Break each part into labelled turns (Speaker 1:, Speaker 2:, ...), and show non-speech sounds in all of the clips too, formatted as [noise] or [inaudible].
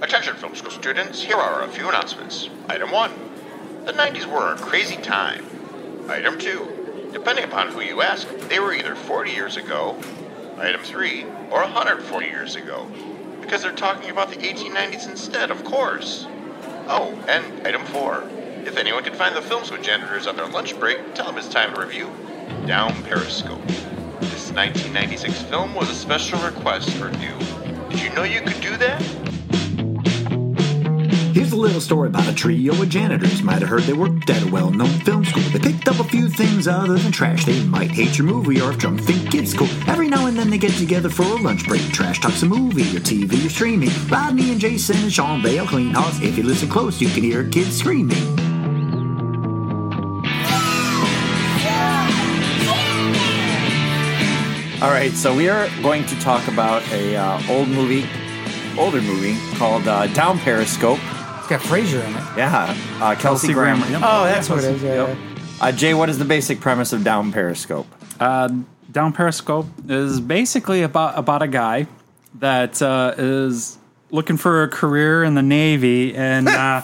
Speaker 1: Attention film school students, here are a few announcements. Item 1. The 90s were a crazy time. Item 2. Depending upon who you ask, they were either 40 years ago, item 3, or 140 years ago. Because they're talking about the 1890s instead, of course. Oh, and item 4. If anyone can find the film school janitors on their lunch break, tell them it's time to review. Down Periscope. This 1996 film was a special request for you. Did you know you could do that?
Speaker 2: Here's a little story about a trio of janitors. Might have heard they worked at a well known film school. They picked up a few things other than trash. They might hate your movie or if drunk think it's cool. Every now and then they get together for a lunch break. Trash talks a movie or TV or streaming. Rodney and Jason and Sean, they'll clean house. If you listen close, you can hear kids screaming.
Speaker 3: All right, so we are going to talk about a uh, old movie, older movie called uh, Down Periscope.
Speaker 4: It's got Frasier in it.
Speaker 3: Yeah, uh, Kelsey,
Speaker 5: Kelsey
Speaker 3: Grammer.
Speaker 5: Grammer, yep.
Speaker 3: Oh, that's
Speaker 4: That's what it is. Yeah.
Speaker 3: Yep. Uh, Jay, what is the basic premise of Down Periscope?
Speaker 5: Uh, Down Periscope is basically about about a guy that uh, is looking for a career in the
Speaker 4: [laughs]
Speaker 5: Navy, and uh,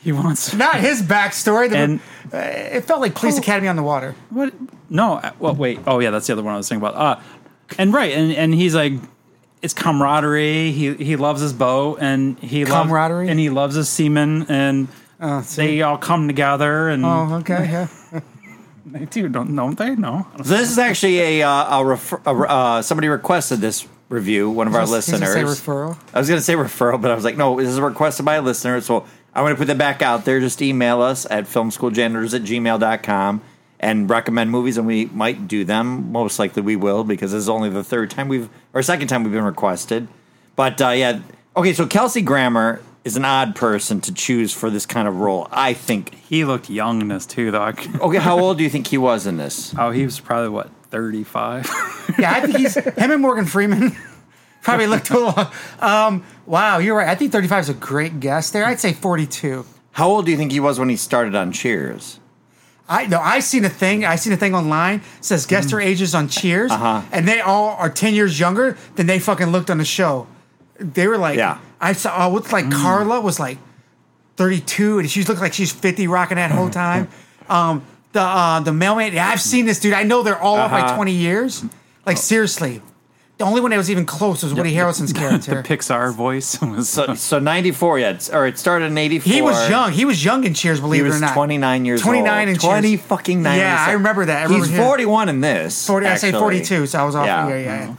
Speaker 5: he wants
Speaker 4: Not his backstory. The,
Speaker 5: And-
Speaker 4: uh, it felt like
Speaker 3: Oh.
Speaker 4: Police Academy on the Water.
Speaker 5: what? No, uh, well, wait. Oh, yeah, that's the other one I was thinking about. Uh, and right, and and he's like, it's camaraderie. He he loves his boat, and he loves-
Speaker 4: Camaraderie? Oh,
Speaker 5: and he loves his seamen, and
Speaker 4: see.
Speaker 5: they all come together, and
Speaker 4: Oh, okay. Yeah.
Speaker 5: they do, don't don't they? No,
Speaker 3: So this is actually a, uh, a, refer- a re- uh, somebody requested this review. One of our
Speaker 4: He's gonna
Speaker 3: listeners.
Speaker 4: say referral.
Speaker 3: I was going to say referral, but I was like, no, this is requested by a listener. So I'm going to put that back out there. Just email us at filmschooljanitors at gmail.com and recommend movies, and we might do them. Most likely we will because this is only the third time we've, or second time we've been requested. But uh, yeah. Okay, so Kelsey Grammer is an odd person to choose for this kind of role. I think.
Speaker 5: he looked young in this too, though. I c-
Speaker 3: Okay, how old do you think he was in this?
Speaker 5: Oh, he was probably what thirty [laughs] five.
Speaker 4: Yeah, I think he's him and Morgan Freeman [laughs] probably looked a little. Um, wow, you're right. I think 35 is a great guess there. I'd say 42.
Speaker 3: How old do you think he was when he started on Cheers?
Speaker 4: I no, I seen a thing. I seen a thing online It says guess
Speaker 3: Mm-hmm.
Speaker 4: their ages on Cheers,
Speaker 3: Uh-huh.
Speaker 4: and they all are 10 years younger than they fucking looked on the show. They were like,
Speaker 3: Yeah. Mm.
Speaker 4: I saw. Oh, what's like Carla was like 32, and she looked like she's 50, rocking that whole
Speaker 3: Mm-hmm.
Speaker 4: time. um, the uh, the mailman. Yeah, I've seen this dude. I know they're all off by
Speaker 3: Uh-huh.
Speaker 4: 20 years. Like seriously, the only one that was even close was Woody
Speaker 3: [laughs]
Speaker 4: Harrelson's character.
Speaker 5: Pixar voice [laughs] was
Speaker 3: So, so 94, yeah. it's- Or it started in 84.
Speaker 4: He was young. He was young in Cheers, believe
Speaker 3: He
Speaker 4: it
Speaker 3: was
Speaker 4: or not.
Speaker 3: 29 years
Speaker 4: 29
Speaker 3: old.
Speaker 4: in
Speaker 3: 20
Speaker 4: Cheers.
Speaker 3: fucking nine.
Speaker 4: Yeah, I remember that. I remember
Speaker 3: He's
Speaker 4: him.
Speaker 3: 41 in this.
Speaker 4: 40, I say
Speaker 3: actually.
Speaker 4: 42, so I was off.
Speaker 3: Yeah.
Speaker 4: Yeah, yeah, yeah.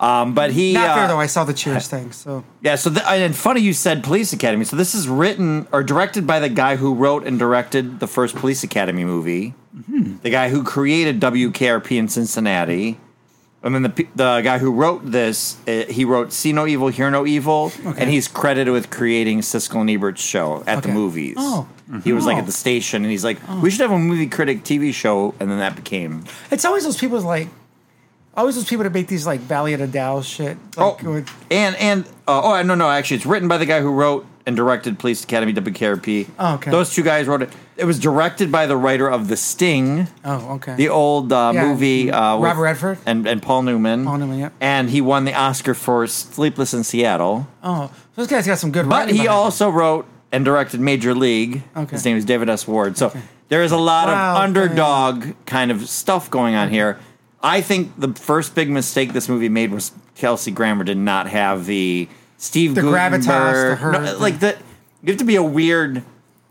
Speaker 3: Um, but he.
Speaker 4: Not
Speaker 3: uh,
Speaker 4: fair though. I saw the Cheers
Speaker 3: [laughs]
Speaker 4: thing. So
Speaker 3: Yeah, so th- and funny you said Police Academy. So this is written or directed by the guy who wrote and directed the first Police Academy movie,
Speaker 4: Hmm.
Speaker 3: the guy who created WKRP in Cincinnati, and then the pe- the guy who wrote this, uh, he wrote See No Evil, Hear No Evil, and he's credited with creating Siskel and Ebert's show at the
Speaker 4: Okay.
Speaker 3: movies.
Speaker 4: Oh.
Speaker 3: He was like
Speaker 4: Oh.
Speaker 3: at the station, and he's like, "We should have a movie critic TV show," and then that became
Speaker 4: it's always those people like, always those people that make these like Valley of the Dow shit. Like,
Speaker 3: oh,
Speaker 4: with-
Speaker 3: and and uh, oh no no actually it's written by the guy who wrote and directed Police Academy WKRP.
Speaker 4: Oh, okay.
Speaker 3: Those two guys wrote it. It was directed by the writer of The Sting,
Speaker 4: oh, okay.
Speaker 3: the old uh,
Speaker 4: Yeah. mm,
Speaker 3: movie. Uh, with-
Speaker 4: Robert Redford?
Speaker 3: and and Paul Newman.
Speaker 4: Paul Newman, yep.
Speaker 3: And he won the Oscar for Sleepless in Seattle.
Speaker 4: oh, so this guy's got some good.
Speaker 3: But
Speaker 4: writing
Speaker 3: he
Speaker 4: behind him.
Speaker 3: also wrote and directed Major League.
Speaker 4: Okay.
Speaker 3: His name is David S. Ward. So there is a lot
Speaker 4: Wow,
Speaker 3: of
Speaker 4: okay.
Speaker 3: underdog kind of stuff going on here. I think the first big mistake this movie made was Kelsey Grammer did not have the Steve
Speaker 4: The
Speaker 3: Guttenberg,
Speaker 4: gravitas, the her-
Speaker 3: No, like the you have to be a weird,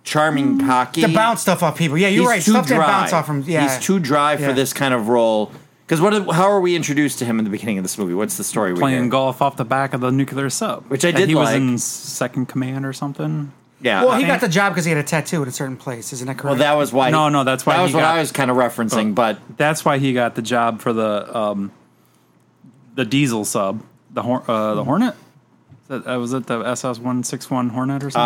Speaker 3: charming, cocky.
Speaker 4: to bounce stuff off people. Yeah, you're
Speaker 3: He's
Speaker 4: right.
Speaker 3: too
Speaker 4: Stuff that
Speaker 3: dry.
Speaker 4: bounce off from. Yeah,
Speaker 3: he's too dry for
Speaker 4: Yeah.
Speaker 3: this kind of role. Because what? How are we introduced to him in the beginning of this movie? What's the story? we
Speaker 5: playing
Speaker 3: hear?
Speaker 5: golf off the back of the nuclear sub,
Speaker 3: Which I
Speaker 5: And
Speaker 3: did
Speaker 5: He was
Speaker 3: like.
Speaker 5: in second command or something.
Speaker 3: Yeah.
Speaker 4: Well, he
Speaker 5: think-
Speaker 4: got the job because he had a tattoo at a certain place. Isn't that correct?
Speaker 3: Well, that was why.
Speaker 5: No, no, that's why
Speaker 3: that
Speaker 5: he
Speaker 3: was what
Speaker 5: got-
Speaker 3: I was kind of referencing. But
Speaker 5: That's why he got the job for the um, the diesel sub, the hor- uh, the Hornet. Is That, uh, was it the SS one six one Hornet or something?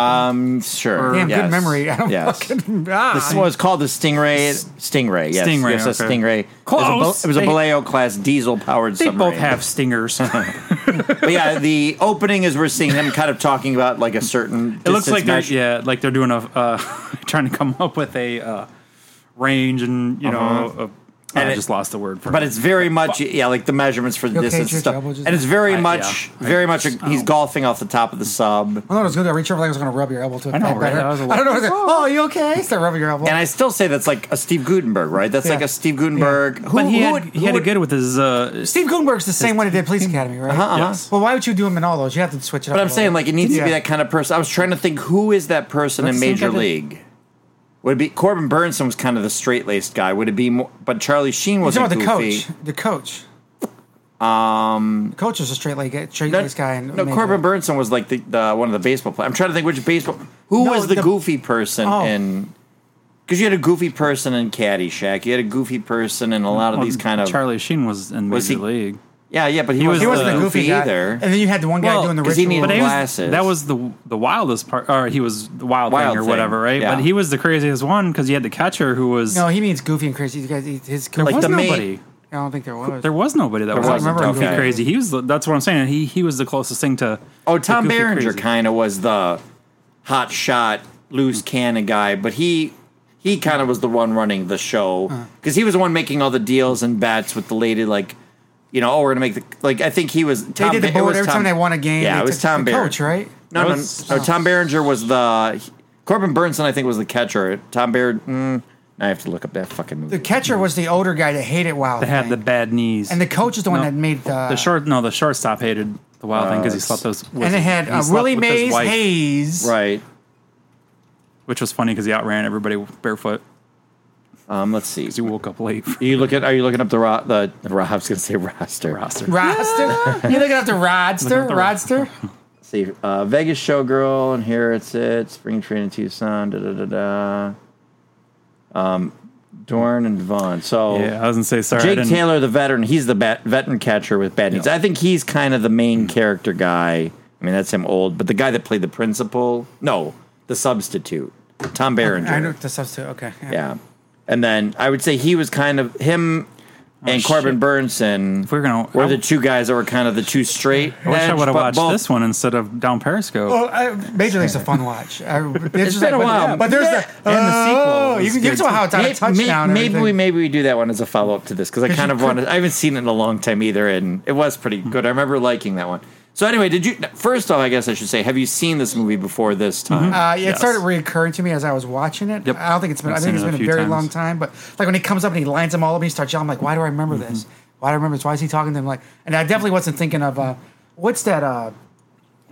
Speaker 3: Um, sure.
Speaker 4: Damn,
Speaker 3: Yes.
Speaker 4: good
Speaker 5: [laughs]
Speaker 4: memory. [laughs] I don't
Speaker 3: Yes.
Speaker 4: fucking. Ah.
Speaker 3: This was called the Stingray. Stingray. Yes.
Speaker 5: Stingray,
Speaker 3: Yes, a
Speaker 5: okay.
Speaker 3: Stingray.
Speaker 5: Close.
Speaker 3: It was a, Bel- it was a
Speaker 5: They-
Speaker 3: Vallejo class diesel powered
Speaker 5: they
Speaker 3: submarine.
Speaker 5: both have
Speaker 3: [laughs]
Speaker 5: stingers. it
Speaker 3: But yeah, the opening is we're seeing them kind of talking about like a certain. It
Speaker 5: looks like they're yeah, like they're [laughs] doing a uh, trying to come up with a uh, range and you know And I
Speaker 3: Uh-huh. it-
Speaker 5: just lost the word for
Speaker 3: But it's very much yeah, like the measurements for the
Speaker 4: okay,
Speaker 3: distance
Speaker 4: Trish?
Speaker 3: and stuff.
Speaker 4: Elbow just-
Speaker 3: And it's very
Speaker 5: I-
Speaker 3: much,
Speaker 5: yeah.
Speaker 3: very
Speaker 5: I
Speaker 3: much.
Speaker 5: just-
Speaker 3: a- he's
Speaker 5: oh.
Speaker 3: golfing off the top of the sub,
Speaker 4: I thought it was good. I reached over like I was going to rub your elbow to it.
Speaker 5: I know,
Speaker 4: back
Speaker 5: right?
Speaker 4: better.
Speaker 5: That was a
Speaker 4: I don't know.
Speaker 5: little-
Speaker 4: it's like, oh, you okay? Start rubbing your elbow.
Speaker 3: and I still say that's like a Steve Gutenberg, right? That's like
Speaker 4: Yeah.
Speaker 3: a Steve Gutenberg. Who,
Speaker 5: but he
Speaker 3: who
Speaker 5: had,
Speaker 3: would- who
Speaker 5: he had
Speaker 3: would-
Speaker 5: it good with his. Uh,
Speaker 4: Steve Gutenberg's the same one that did Police Academy,
Speaker 3: Uh-huh.
Speaker 4: right?
Speaker 5: yes.
Speaker 4: Well, why would you do him in all those? You have to switch it up. a
Speaker 3: But I'm
Speaker 4: little
Speaker 3: saying
Speaker 4: bit.
Speaker 3: like it needs to be
Speaker 4: Yeah.
Speaker 3: that kind of person. I was trying to think who is that person
Speaker 5: Let's
Speaker 3: in
Speaker 5: think
Speaker 3: Major
Speaker 5: of it.
Speaker 3: League. Would it be Corbin Burnson was kind of the straight laced guy? Would it be more? But Charlie Sheen
Speaker 4: You're
Speaker 3: wasn't
Speaker 4: talking about the
Speaker 3: goofy.
Speaker 4: coach. The coach. Um, the coach is a straight leg, straight
Speaker 3: No,
Speaker 4: laced guy. in
Speaker 3: no
Speaker 4: Major
Speaker 3: Corbin
Speaker 4: League.
Speaker 3: Burnson was like the, the one of the baseball players. I'm trying to think which baseball. Who
Speaker 4: No,
Speaker 3: was the,
Speaker 4: the-
Speaker 3: goofy person
Speaker 4: Oh.
Speaker 3: in? Because you had a goofy person in Caddyshack. You had a goofy person in a lot of these kind of.
Speaker 5: Charlie Sheen was in
Speaker 3: Was
Speaker 5: Major
Speaker 3: he-
Speaker 5: League.
Speaker 3: Yeah, yeah, but he,
Speaker 5: He was
Speaker 3: wasn't,
Speaker 4: He wasn't
Speaker 3: the
Speaker 4: the goofy, guy.
Speaker 3: either.
Speaker 4: And then you had the one guy
Speaker 5: Well,
Speaker 4: doing the
Speaker 3: 'cause he
Speaker 4: ritual.
Speaker 3: needed
Speaker 5: But he was,
Speaker 3: glasses.
Speaker 5: that was the the wildest part, or he was the wild,
Speaker 3: Wild
Speaker 5: thing or
Speaker 3: thing,
Speaker 5: whatever, right?
Speaker 3: yeah.
Speaker 5: But he was the craziest one because he had the catcher who was.
Speaker 4: no, he means goofy and crazy. You guys, he- his coach.
Speaker 5: there
Speaker 3: like
Speaker 5: was
Speaker 3: the main-
Speaker 5: nobody.
Speaker 4: I don't think there was.
Speaker 5: There was nobody that was
Speaker 4: don't
Speaker 5: like
Speaker 4: remember
Speaker 5: goofy
Speaker 4: him.
Speaker 5: crazy. He was. the- That's what I'm saying. He he was the closest thing to.
Speaker 3: Oh,
Speaker 5: to
Speaker 3: Tom
Speaker 5: goofy
Speaker 3: Berenger
Speaker 5: crazy.
Speaker 3: kind of was the hot shot, loose cannon guy, but he he kind of was the one running the show
Speaker 4: Uh-huh.
Speaker 3: because he was the one making all the deals and bets with the lady, like you know, oh, we're gonna make the like. I think he was.
Speaker 4: they
Speaker 3: Tom
Speaker 4: did
Speaker 3: Ba-
Speaker 4: the
Speaker 3: it
Speaker 4: board
Speaker 3: was
Speaker 4: every
Speaker 3: Tom-
Speaker 4: time they won a game.
Speaker 3: Yeah,
Speaker 4: they
Speaker 3: it was
Speaker 4: took
Speaker 3: Tom
Speaker 4: the
Speaker 3: Berenger.
Speaker 4: coach, right?
Speaker 3: No, no,
Speaker 5: was-
Speaker 3: no, Tom Berenger was the Corbin Burnson. I think was the catcher. Tom Berenger. Mm, now I have to look up that fucking movie.
Speaker 4: The catcher was the older guy that hated Wild.
Speaker 5: That had
Speaker 4: Thing.
Speaker 5: the bad knees.
Speaker 4: and the coach is the one
Speaker 5: No.
Speaker 4: that made the
Speaker 5: the short no the shortstop hated the wild thing because he
Speaker 3: it's-
Speaker 5: slept those
Speaker 4: And it had uh, Willie Mays Hayes.
Speaker 3: right.
Speaker 5: which was funny because he outran everybody barefoot
Speaker 3: Um. Let's see.
Speaker 5: because he woke up late for
Speaker 3: You look at? Are you looking up the ro- the? the ro- I was gonna say [laughs] roster.
Speaker 5: the roster. [laughs]
Speaker 4: Rodster. You're looking up the Rodster.
Speaker 5: Looking
Speaker 4: Rodster.
Speaker 5: up
Speaker 3: see, uh, Vegas Showgirl inherits it. Spring Training Tucson. Da da da da. Um, Dorn and Vaughn. So
Speaker 5: Yeah, I was gonna say sorry. I
Speaker 3: Jake
Speaker 5: didn't-
Speaker 3: Taylor, the veteran, he's the bat, veteran catcher with bad knees. I think he's kind of the
Speaker 5: Mm.
Speaker 3: main character guy. I mean, that's him old, but the guy that played the principal, no, the substitute, Tom Berenger.
Speaker 4: I know the substitute. Okay.
Speaker 3: yeah, and then I would say he was kind of him and Corbin
Speaker 5: Oh, shit.
Speaker 3: Burnson.
Speaker 5: If we're gonna-
Speaker 3: were
Speaker 5: I-
Speaker 3: the two guys that were kind of the two straight.
Speaker 5: I wish I
Speaker 3: edge,
Speaker 5: would have
Speaker 3: but
Speaker 5: watched
Speaker 3: both-
Speaker 5: this one instead of down Periscope.
Speaker 4: Well, I, Major League's a fun watch. I, it's just like,
Speaker 3: been a
Speaker 4: but-
Speaker 3: while.
Speaker 4: But, there's
Speaker 3: Yeah.
Speaker 4: the
Speaker 5: And the sequel
Speaker 4: oh,
Speaker 5: was
Speaker 4: You can give
Speaker 5: good,
Speaker 4: to a how it's on a
Speaker 3: May- may-
Speaker 4: touchdown. and
Speaker 3: maybe we
Speaker 4: everything.
Speaker 3: maybe we do that one as a follow up to this because I kind of wanted. I haven't seen it in a long time either, and it was pretty good. I remember liking that one. So anyway, did you? First off, I guess I should say, have you seen this movie before this time?
Speaker 4: Uh, yeah,
Speaker 5: Yes.
Speaker 4: it started reoccurring to me as I was watching it.
Speaker 5: Yep.
Speaker 4: I don't think it's been.
Speaker 5: I've
Speaker 4: i think
Speaker 5: seen
Speaker 4: it's
Speaker 5: it a
Speaker 4: been a
Speaker 5: few
Speaker 4: very
Speaker 5: times.
Speaker 4: long time. But like when he comes up and he lines them all up and he starts yelling, I'm like, why do I remember
Speaker 3: Mm-hmm.
Speaker 4: this? Why do I remember this? Why is he talking to them like? And I definitely wasn't thinking of uh, what's that uh,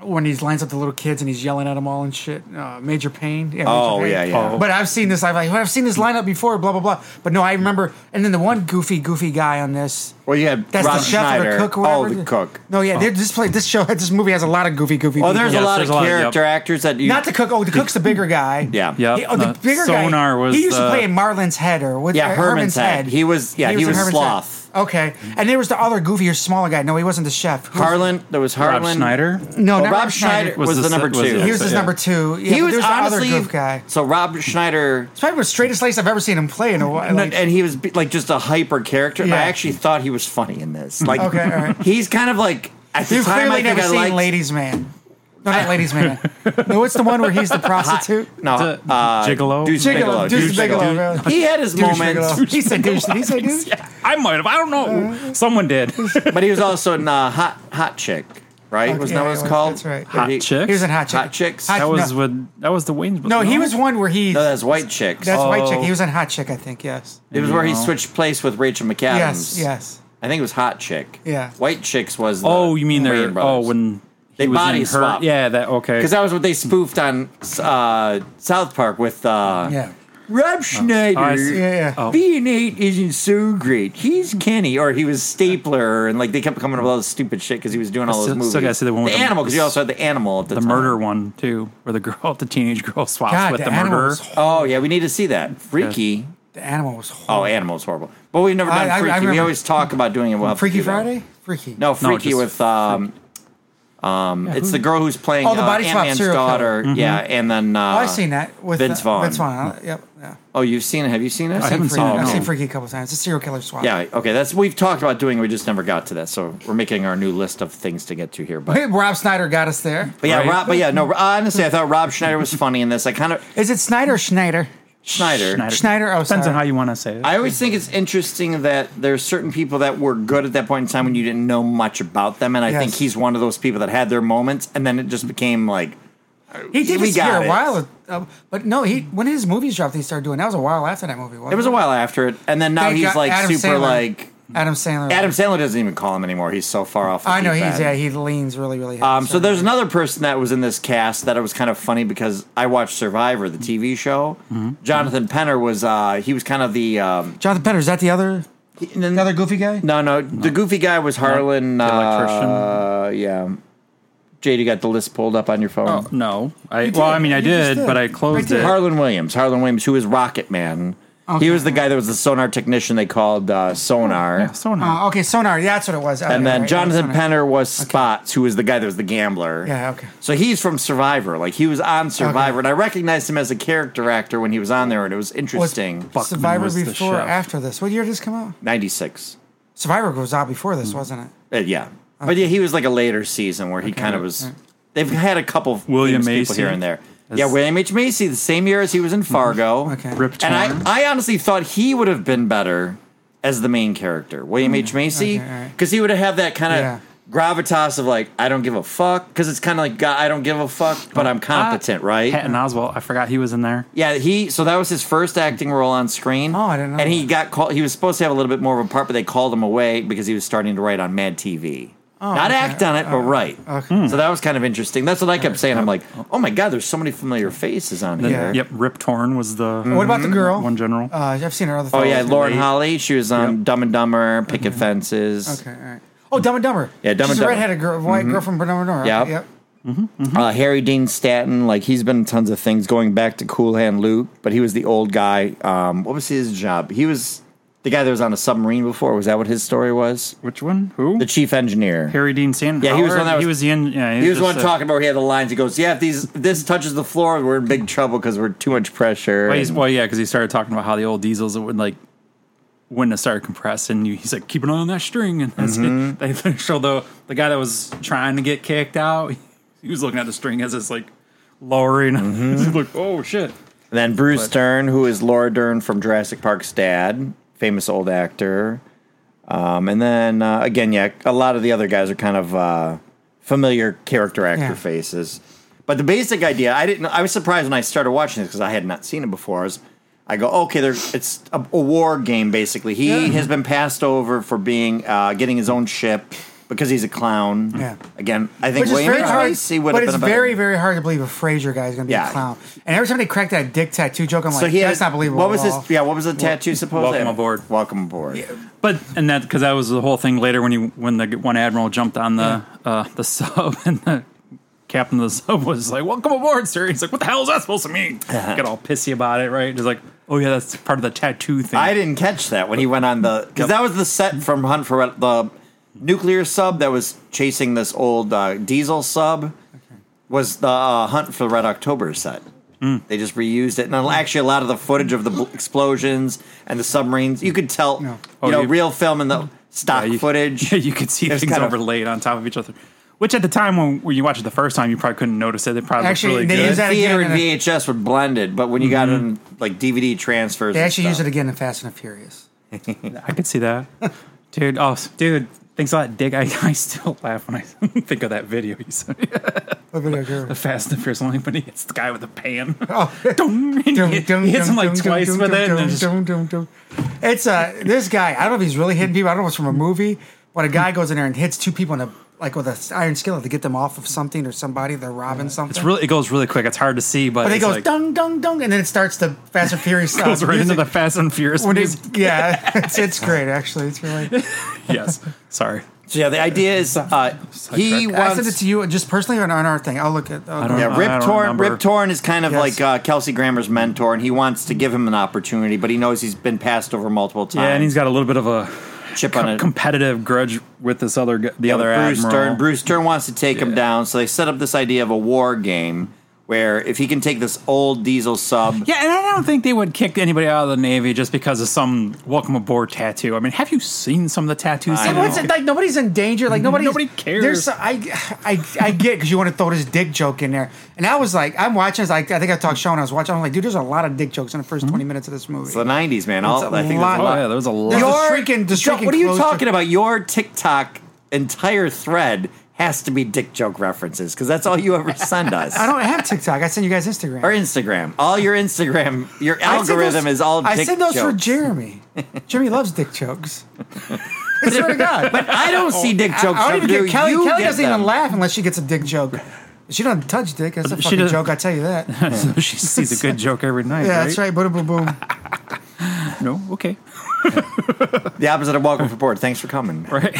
Speaker 4: when he lines up the little kids and he's yelling at them all and shit. Uh, Major Pain. Yeah, Major
Speaker 3: Oh,
Speaker 4: Payne.
Speaker 3: yeah, yeah. Oh.
Speaker 4: But I've seen this. I've like I've seen this lineup before. Blah blah blah. But no, I remember. And then the one goofy goofy guy on this.
Speaker 3: well, you had
Speaker 4: That's
Speaker 3: Rob
Speaker 4: the chef
Speaker 3: Schneider.
Speaker 4: or the cook or
Speaker 3: oh,
Speaker 4: whatever.
Speaker 3: the cook.
Speaker 4: No, yeah, they're- this play, this show, [laughs] this movie has a lot of goofy, goofy.
Speaker 3: Oh,
Speaker 4: people.
Speaker 3: there's
Speaker 5: Yes,
Speaker 3: a lot
Speaker 5: there's
Speaker 3: of
Speaker 5: a lot, yep.
Speaker 3: character actors that you
Speaker 4: Not the cook. Oh, the cook's the bigger guy.
Speaker 3: Yeah.
Speaker 5: Yep.
Speaker 4: He- oh, the
Speaker 5: Uh,
Speaker 4: bigger
Speaker 5: Sonar
Speaker 4: guy.
Speaker 5: was
Speaker 4: he used
Speaker 5: the-
Speaker 4: to play in Marlin's Head or what?
Speaker 3: Yeah,
Speaker 4: or
Speaker 3: Herman's Head. He was- yeah, he
Speaker 4: in
Speaker 3: was
Speaker 4: Herman's
Speaker 3: Sloth.
Speaker 4: Head. Okay, and there was the other goofier, smaller guy. No, he wasn't the chef. Who was-
Speaker 3: Harlan. There was
Speaker 5: Rob
Speaker 3: Harlan
Speaker 5: Schneider.
Speaker 4: No,
Speaker 3: Oh,
Speaker 4: not
Speaker 3: Rob Schneider was,
Speaker 5: Was
Speaker 3: the,
Speaker 5: the
Speaker 3: number
Speaker 5: se- was
Speaker 3: two.
Speaker 5: the-
Speaker 4: He was his
Speaker 5: Yeah.
Speaker 4: number two. Yeah,
Speaker 3: he
Speaker 4: but
Speaker 3: was
Speaker 4: there's the
Speaker 3: honestly
Speaker 4: other goof guy.
Speaker 3: so Rob Schneider
Speaker 4: It's probably the straightest lace I've ever seen him play in a while.
Speaker 3: No,
Speaker 4: Like,
Speaker 3: and he was be- like just a hyper character. And I
Speaker 4: Yeah.
Speaker 3: actually thought he was funny in this. Like,
Speaker 4: Okay, all right.
Speaker 3: [laughs] he's kind of like at the
Speaker 4: you've
Speaker 3: time I
Speaker 4: clearly
Speaker 3: think
Speaker 4: never
Speaker 3: I
Speaker 4: seen
Speaker 3: liked.
Speaker 4: Ladies Man. No,
Speaker 3: [laughs]
Speaker 4: not Ladies Man. No, what's the one where he's the prostitute?
Speaker 3: no,
Speaker 5: The-
Speaker 3: uh,
Speaker 5: Gigolo?
Speaker 3: Deuce
Speaker 5: Gigolo,
Speaker 3: Bigelow.
Speaker 4: Deuce
Speaker 3: Deuce
Speaker 4: Bigelow,
Speaker 3: Bigelow.
Speaker 4: really.
Speaker 3: He had his
Speaker 4: Douche Bigelow.
Speaker 3: moments,
Speaker 4: He said douche. Did he
Speaker 5: [laughs]
Speaker 4: say douche?
Speaker 5: I might have. I don't know. Someone [laughs] did.
Speaker 3: but he was also in uh, Hot Hot Chick, right? Wasn't that
Speaker 4: yeah,
Speaker 3: what it's
Speaker 4: it was-
Speaker 3: called?
Speaker 4: that's right.
Speaker 5: Hot
Speaker 3: Or he-
Speaker 5: Chick?
Speaker 4: He was in Hot Chick.
Speaker 3: Hot Chicks.
Speaker 5: that was
Speaker 4: no.
Speaker 5: with that was the Wayne's.
Speaker 4: No, he was one where he.
Speaker 3: No, that's White Chicks.
Speaker 4: That's white chick.
Speaker 5: Oh.
Speaker 4: He was on Hot Chick, I think. Yes.
Speaker 3: it was where he
Speaker 5: No.
Speaker 3: switched place with Rachel McAdams.
Speaker 4: Yes. Yes.
Speaker 3: I think it was Hot Chick.
Speaker 4: Yeah.
Speaker 3: White Chicks was. The
Speaker 5: Oh, you mean
Speaker 3: Wayans
Speaker 5: they're oh
Speaker 3: brothers.
Speaker 5: when he
Speaker 3: They
Speaker 5: was in
Speaker 3: body
Speaker 5: her-
Speaker 3: swapped.
Speaker 5: Yeah, that okay.
Speaker 3: Because that was what they spoofed on uh, South Park with uh,
Speaker 4: Yeah.
Speaker 3: Rob Schneider.
Speaker 5: Oh, I see.
Speaker 4: Yeah, yeah.
Speaker 5: Oh.
Speaker 3: Being eight isn't so great. He's Kenny, or he was Stapler, and like they kept coming up with all this stupid shit because he was doing all
Speaker 5: I
Speaker 3: those
Speaker 5: still-
Speaker 3: movies.
Speaker 5: still gotta see the one with the-
Speaker 3: animal, because you also had the animal at the,
Speaker 5: the
Speaker 3: time.
Speaker 5: murder one too, where the girl, the teenage girl, swaps
Speaker 4: God,
Speaker 5: with
Speaker 4: the
Speaker 5: the,
Speaker 4: animal
Speaker 5: murderer.
Speaker 4: was
Speaker 3: Oh yeah, we need to see that freaky.
Speaker 4: The animal was
Speaker 3: Oh,
Speaker 4: horrible.
Speaker 3: animal's horrible, but we've never
Speaker 4: I-
Speaker 3: done
Speaker 4: I- I
Speaker 3: freaky. we
Speaker 4: remember-
Speaker 3: always talk about doing it. Well,
Speaker 4: Freaky Friday? Freaky.
Speaker 3: No, freaky
Speaker 5: just
Speaker 3: with um, um, it's the girl who's playing
Speaker 4: Oh, the body
Speaker 3: uh,
Speaker 4: swap
Speaker 3: Ant-Man's
Speaker 4: serial killer.
Speaker 3: daughter.
Speaker 5: Mm-hmm.
Speaker 3: Yeah, and then uh,
Speaker 4: Oh, I've seen that with
Speaker 3: Vince
Speaker 4: uh,
Speaker 3: Vaughn.
Speaker 4: Vince Vaughn. uh, Yep. Yeah.
Speaker 3: Oh, you've seen it? Have you seen it?
Speaker 5: I haven't
Speaker 4: Freaky.
Speaker 5: seen it,
Speaker 4: I've
Speaker 5: no.
Speaker 4: seen Freaky a couple times. It's a serial killer swap.
Speaker 3: Yeah, okay. That's we've talked about doing. We just never got to that, so we're making our new list of things to get to here.
Speaker 4: [laughs]
Speaker 3: But,
Speaker 4: Rob Snyder got us there.
Speaker 3: but yeah,
Speaker 5: Right.
Speaker 3: Rob. But yeah, no. Honestly, I thought Rob Schneider was funny in this. I kind of
Speaker 4: Is it Snyder or Schneider?
Speaker 3: Schneider.
Speaker 5: Schneider.
Speaker 4: Schneider, oh,
Speaker 5: Depends
Speaker 4: sorry.
Speaker 5: on how you want to say it.
Speaker 3: I always think it's interesting that there's certain people that were good at that point in time when you didn't know much about them, and I think
Speaker 4: Yes.
Speaker 3: he's one of those people that had their moments, and then it just became like
Speaker 4: He did
Speaker 3: We
Speaker 4: this here
Speaker 3: got
Speaker 4: a
Speaker 3: it.
Speaker 4: while, uh, but no, he when his movies dropped, he started doing. That was a while after that movie. Wasn't
Speaker 3: it was a while after it, and then now
Speaker 4: Thank
Speaker 3: he's
Speaker 4: God-
Speaker 3: like
Speaker 4: Adam
Speaker 3: super
Speaker 4: Sandler.
Speaker 3: like
Speaker 4: Adam Sandler.
Speaker 3: Adam Sandler doesn't even call him anymore. He's so far off. the
Speaker 4: I know
Speaker 3: deep
Speaker 4: he's
Speaker 3: end.
Speaker 4: yeah. He leans really, really. heavy,
Speaker 3: Um, so there's another person that was in this cast that it was kind of funny because I watched Survivor, the TV show.
Speaker 4: Mm-hmm.
Speaker 3: Jonathan Penner was uh, he was kind of the um,
Speaker 4: Jonathan Penner. Is that the other another goofy guy?
Speaker 3: no, no the goofy guy was Harlan.
Speaker 5: The electrician.
Speaker 3: Uh, yeah, JD got the list pulled up on your phone.
Speaker 5: Oh, no. I, well, I mean, I
Speaker 4: You just
Speaker 5: did,
Speaker 4: did.
Speaker 5: but I closed
Speaker 4: Right
Speaker 5: it.
Speaker 4: there.
Speaker 3: Harlan Williams, Harlan Williams, who is Rocket Man. He was the guy that was the sonar technician they called uh, Sonar.
Speaker 5: Yeah, so now.
Speaker 4: Uh, okay, Sonar. Yeah, that's what it was. Okay,
Speaker 3: And then
Speaker 4: right,
Speaker 3: Jonathan
Speaker 4: Sonar.
Speaker 3: Penner was Spots, who was the guy that was the gambler.
Speaker 4: Yeah, okay.
Speaker 3: So he's from Survivor. Like he was on Survivor,
Speaker 4: Okay.
Speaker 3: and I recognized him as a character actor when he was on there, and it was
Speaker 4: Was
Speaker 3: interesting.
Speaker 5: Buckman
Speaker 4: Survivor
Speaker 5: was the
Speaker 4: before, or
Speaker 5: chef.
Speaker 4: after this. What year did this come out?
Speaker 3: Ninety six.
Speaker 4: Survivor goes out before
Speaker 5: Mm.
Speaker 4: this, wasn't it?
Speaker 3: Uh, yeah, but yeah, he was like a later season where he kind of was. They've had a couple of
Speaker 5: William
Speaker 3: famous people
Speaker 5: Macy.
Speaker 3: here and there.
Speaker 5: As-
Speaker 3: yeah, William H Macy, the same year as he was in Fargo.
Speaker 4: Mm-hmm. Okay.
Speaker 5: Rip
Speaker 3: And
Speaker 5: Torn.
Speaker 3: I, I honestly thought he would have been better as the main character, William H.
Speaker 4: Mm.
Speaker 3: Macy,
Speaker 4: Okay, all right.
Speaker 3: because he would have had that kind of
Speaker 4: Yeah.
Speaker 3: gravitas of like, I don't give a fuck, because it's kind of like, God, I don't give a fuck, but I'm competent, right?
Speaker 5: Patton Oswalt. I forgot he was in there.
Speaker 3: Yeah, he. So that was his first acting role on screen.
Speaker 4: Oh, I didn't know
Speaker 3: And he
Speaker 4: that.
Speaker 3: got called. He was supposed to have a little bit more of a part, but they called him away because he was starting to write on Mad TV. Not
Speaker 4: Oh, okay.
Speaker 3: act on it, but write. Hmm. So that was kind of interesting. That's what I kept saying. I'm like, oh my god, there's so many familiar faces on here.
Speaker 4: Yeah.
Speaker 5: Yep, Rip Torn was the
Speaker 4: What about the girl?
Speaker 5: Mm-hmm. one general.
Speaker 4: Uh, I've seen her other.
Speaker 3: Oh
Speaker 4: films.
Speaker 3: yeah, Lauren
Speaker 5: late.
Speaker 3: Holly. She was on
Speaker 5: Yep.
Speaker 3: Dumb and Dumber, Picket Fences.
Speaker 4: Mm-hmm. Okay, all right. Oh, Dumb and Dumber.
Speaker 3: Yeah, Dumb
Speaker 4: She's
Speaker 3: and
Speaker 4: a
Speaker 3: Dumber. Mm-hmm.
Speaker 4: redheaded girl, white girl from Dumb and Dumber.
Speaker 3: Yep.
Speaker 4: Okay, yep.
Speaker 3: Uh, Harry Dean Stanton. Like he's been in tons of things. Going back to Cool Hand Luke, but he was the old guy. Um, what was his job? He was the guy that was on a submarine before. Was that what his story was?
Speaker 5: Which one? Who?
Speaker 3: The chief engineer.
Speaker 5: Harry Dean Stanton.
Speaker 3: Yeah, he was the one that
Speaker 5: He
Speaker 3: was-
Speaker 5: was the in, yeah,
Speaker 3: He was the
Speaker 5: just a-
Speaker 3: one talking about where he had the lines. He goes, "Yeah, if these if this touches the floor, we're in big trouble because we're too much pressure."
Speaker 5: Well, he's,
Speaker 3: And-
Speaker 5: well yeah, because he started talking about how the old diesels would like wouldn't have started compressing. You, he's like, keep an eye on that string, and that's
Speaker 3: Mm-hmm.
Speaker 5: it. they show the the guy that was trying to get kicked out. [laughs] He was looking at the string as it's like lowering. [laughs]
Speaker 3: Mm-hmm.
Speaker 5: he's like, oh shit.
Speaker 3: and then Bruce Dern, who is Laura Dern from Jurassic Park's dad, famous old actor. Um, and then uh, again, yeah, a lot of the other guys are kind of uh, familiar character actor
Speaker 4: Yeah.
Speaker 3: faces. But the basic idea, I didn't. I was surprised when I started watching this because I had not seen it before. I, was- I go, okay, there. It's a, a war game basically. He has been passed over for being uh, getting his own ship because he's a clown.
Speaker 4: Yeah.
Speaker 3: Again, I think
Speaker 4: Which is
Speaker 3: William
Speaker 4: very
Speaker 3: H.
Speaker 4: hard.
Speaker 3: Macy would
Speaker 4: But
Speaker 3: have
Speaker 4: it's
Speaker 3: been a better-
Speaker 4: very, very hard to believe a Frasier guy is going to be
Speaker 3: Yeah.
Speaker 4: a clown. And every time they crack that dick tattoo joke, I'm like, that's
Speaker 3: had-
Speaker 4: not believable.
Speaker 3: What was
Speaker 4: at all.
Speaker 3: his? Yeah, what was the tattoo supposed?
Speaker 5: welcome
Speaker 3: to have?
Speaker 5: aboard.
Speaker 3: Welcome aboard.
Speaker 5: But and that because that was the whole thing later when you when the one admiral jumped on the uh, the [laughs] sub and the captain of the sub was like, "Welcome aboard, sir." He's like, "What the hell is that supposed to mean?"
Speaker 4: Uh-huh.
Speaker 5: Get all pissy about it, right? Just like, "Oh yeah, that's part of the tattoo thing."
Speaker 3: I didn't catch that when he went on the because that was the set from Hunt for Red, the nuclear sub that was chasing this old uh, diesel sub was the uh, Hunt for Red October set.
Speaker 4: Hmm.
Speaker 3: They just reused it, and actually a lot of the footage of the bl- explosions and the submarines you could tell, you
Speaker 5: Oh,
Speaker 3: know,
Speaker 5: you-
Speaker 3: real film and the stock
Speaker 5: you-
Speaker 4: [laughs]
Speaker 3: footage.
Speaker 5: Yeah, [laughs] you could see
Speaker 3: It's
Speaker 5: things
Speaker 3: kind of-
Speaker 5: overlaid on top of each other. Which at the time when, when you watched it the first time, you probably couldn't notice it. It probably looked
Speaker 4: Actually,
Speaker 5: really
Speaker 4: they
Speaker 5: good.
Speaker 4: use that again
Speaker 3: Theater and
Speaker 4: in a- Mm-hmm.
Speaker 3: VHS were blended, but when you got in like DVD transfers,
Speaker 4: They
Speaker 3: and
Speaker 4: actually
Speaker 3: stuff.
Speaker 4: use it again in Fast and the Furious.
Speaker 5: I could
Speaker 4: [laughs]
Speaker 5: see that, dude. Oh, s- dude, thanks a lot, Dick. I, [laughs] I still laugh when I [laughs] think of that video you sent. me.
Speaker 4: What video girl?
Speaker 5: The Fast and Furious one [laughs] when he hits the guy with the pan.
Speaker 4: [laughs] Oh.
Speaker 5: [laughs] Dum, and
Speaker 4: Dum,
Speaker 5: he,
Speaker 4: dum,
Speaker 5: he hits
Speaker 4: dum,
Speaker 5: him like
Speaker 4: dum,
Speaker 5: twice
Speaker 4: dum,
Speaker 5: with
Speaker 4: dum,
Speaker 5: it, and
Speaker 4: dum,
Speaker 5: then just
Speaker 4: dum, dum, dum. It's uh this guy. I don't know if he's really hitting people. I don't know if it's from a movie, but a guy goes in there and hits two people in a like with an iron skillet to get them off of something or somebody. They're robbing something.
Speaker 5: it's really it goes really quick. It's hard to see, but,
Speaker 4: but it
Speaker 5: it's
Speaker 4: goes
Speaker 5: like,
Speaker 4: dung dung dung, and then it starts the Fast and Furious. uh,
Speaker 5: [laughs] goes right into
Speaker 4: music.
Speaker 5: the Fast and Furious.
Speaker 4: When
Speaker 5: [laughs] music.
Speaker 4: it- yeah, [laughs] it's, it's great actually. It's really.
Speaker 5: [laughs]
Speaker 4: [laughs]
Speaker 5: yes, sorry.
Speaker 3: So yeah, the idea is uh,
Speaker 4: I
Speaker 5: Sidetrack.
Speaker 3: he
Speaker 4: sent it
Speaker 3: wants.
Speaker 4: to you just personally or on our thing. I'll look at. I'll
Speaker 5: I don't
Speaker 3: Yeah,
Speaker 5: know. I
Speaker 3: Rip
Speaker 5: don't
Speaker 3: Torn.
Speaker 5: remember.
Speaker 3: Rip Torn is kind of
Speaker 4: Yes.
Speaker 3: like uh, Kelsey Grammer's mentor, and he wants to give him an opportunity, but he knows he's been passed over multiple times.
Speaker 5: Yeah, and he's got a little bit of a
Speaker 3: chip
Speaker 5: com-
Speaker 3: on it.
Speaker 5: competitive grudge with this other gu- the other
Speaker 3: Bruce
Speaker 5: admiral.
Speaker 3: Stern. Bruce Stern wants to take him down, so they set up this idea of a war game where if he can take this old diesel sub,
Speaker 5: Yeah, and I don't think they would kick anybody out of the Navy just because of some welcome aboard tattoo. I mean, have you seen some of the tattoos?
Speaker 3: I
Speaker 5: they
Speaker 4: And
Speaker 3: know.
Speaker 5: have?
Speaker 4: what's it like? Nobody's in danger. Like nobody's,
Speaker 5: Nobody cares.
Speaker 4: There's some, I, I, I get because you want to throw this dick joke in there, and I was like, I'm watching. Like I think I talked to Sean. I was watching. I'm like, dude, there's a lot of dick jokes in the 1st 20 minutes of this movie.
Speaker 3: it's the '90s, man. All,
Speaker 4: That's a
Speaker 3: I think
Speaker 4: lot.
Speaker 3: there's a
Speaker 5: Oh
Speaker 3: lot.
Speaker 5: yeah, there was a lot.
Speaker 4: Your- shrinking- the
Speaker 3: Joe,
Speaker 4: shrinking
Speaker 3: What are you
Speaker 4: clothes
Speaker 3: talking
Speaker 4: joke.
Speaker 3: about? Your TikTok entire thread has to be dick joke references because that's all you ever send us.
Speaker 4: I don't have TikTok. I send you guys Instagram.
Speaker 3: or Instagram. All your Instagram, your
Speaker 4: I send
Speaker 3: algorithm
Speaker 4: those-
Speaker 3: is all.
Speaker 4: I
Speaker 3: dick
Speaker 4: send those for
Speaker 3: jokes. [laughs]
Speaker 4: Jeremy. Jeremy loves dick jokes. I swear to God.
Speaker 3: But I don't see dick
Speaker 4: I-
Speaker 3: jokes.
Speaker 4: Oh, I, don't
Speaker 3: Joe.
Speaker 4: even get
Speaker 3: You
Speaker 4: Kelly. Kelly
Speaker 3: get
Speaker 4: doesn't
Speaker 3: them.
Speaker 4: even laugh unless she gets a dick joke. She doesn't touch dick. That's a
Speaker 5: She
Speaker 4: fucking
Speaker 5: doesn't-
Speaker 4: joke. I tell you
Speaker 5: [laughs]
Speaker 4: that. Yeah,
Speaker 5: [laughs] she sees a good joke
Speaker 4: [laughs]
Speaker 5: every night.
Speaker 4: that's right. Boom, boom, boom.
Speaker 5: No, okay,
Speaker 3: The opposite of welcome aboard. Thanks for coming.
Speaker 5: right.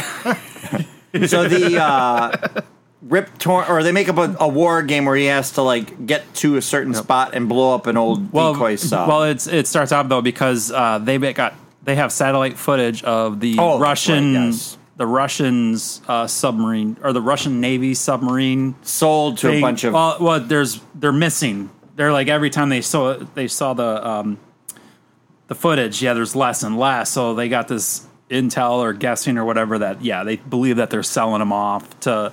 Speaker 3: So
Speaker 5: [laughs]
Speaker 3: the uh, rip torn, or they make up a, a war game where he has to like get to a certain spot and blow up an old decoy sub.
Speaker 5: Well, it's it starts out though because uh, they be- got they have satellite footage of the
Speaker 3: Oh, that's right,
Speaker 5: Russian
Speaker 3: yes.
Speaker 5: the Russians uh, submarine or the Russian Navy submarine.
Speaker 3: sold to a
Speaker 5: thing.
Speaker 3: bunch of
Speaker 5: well, well, there's they're missing. They're like every time they saw they saw the um, the footage. Yeah, there's less and less. So they got this intel or guessing or whatever that yeah they believe that they're selling them off to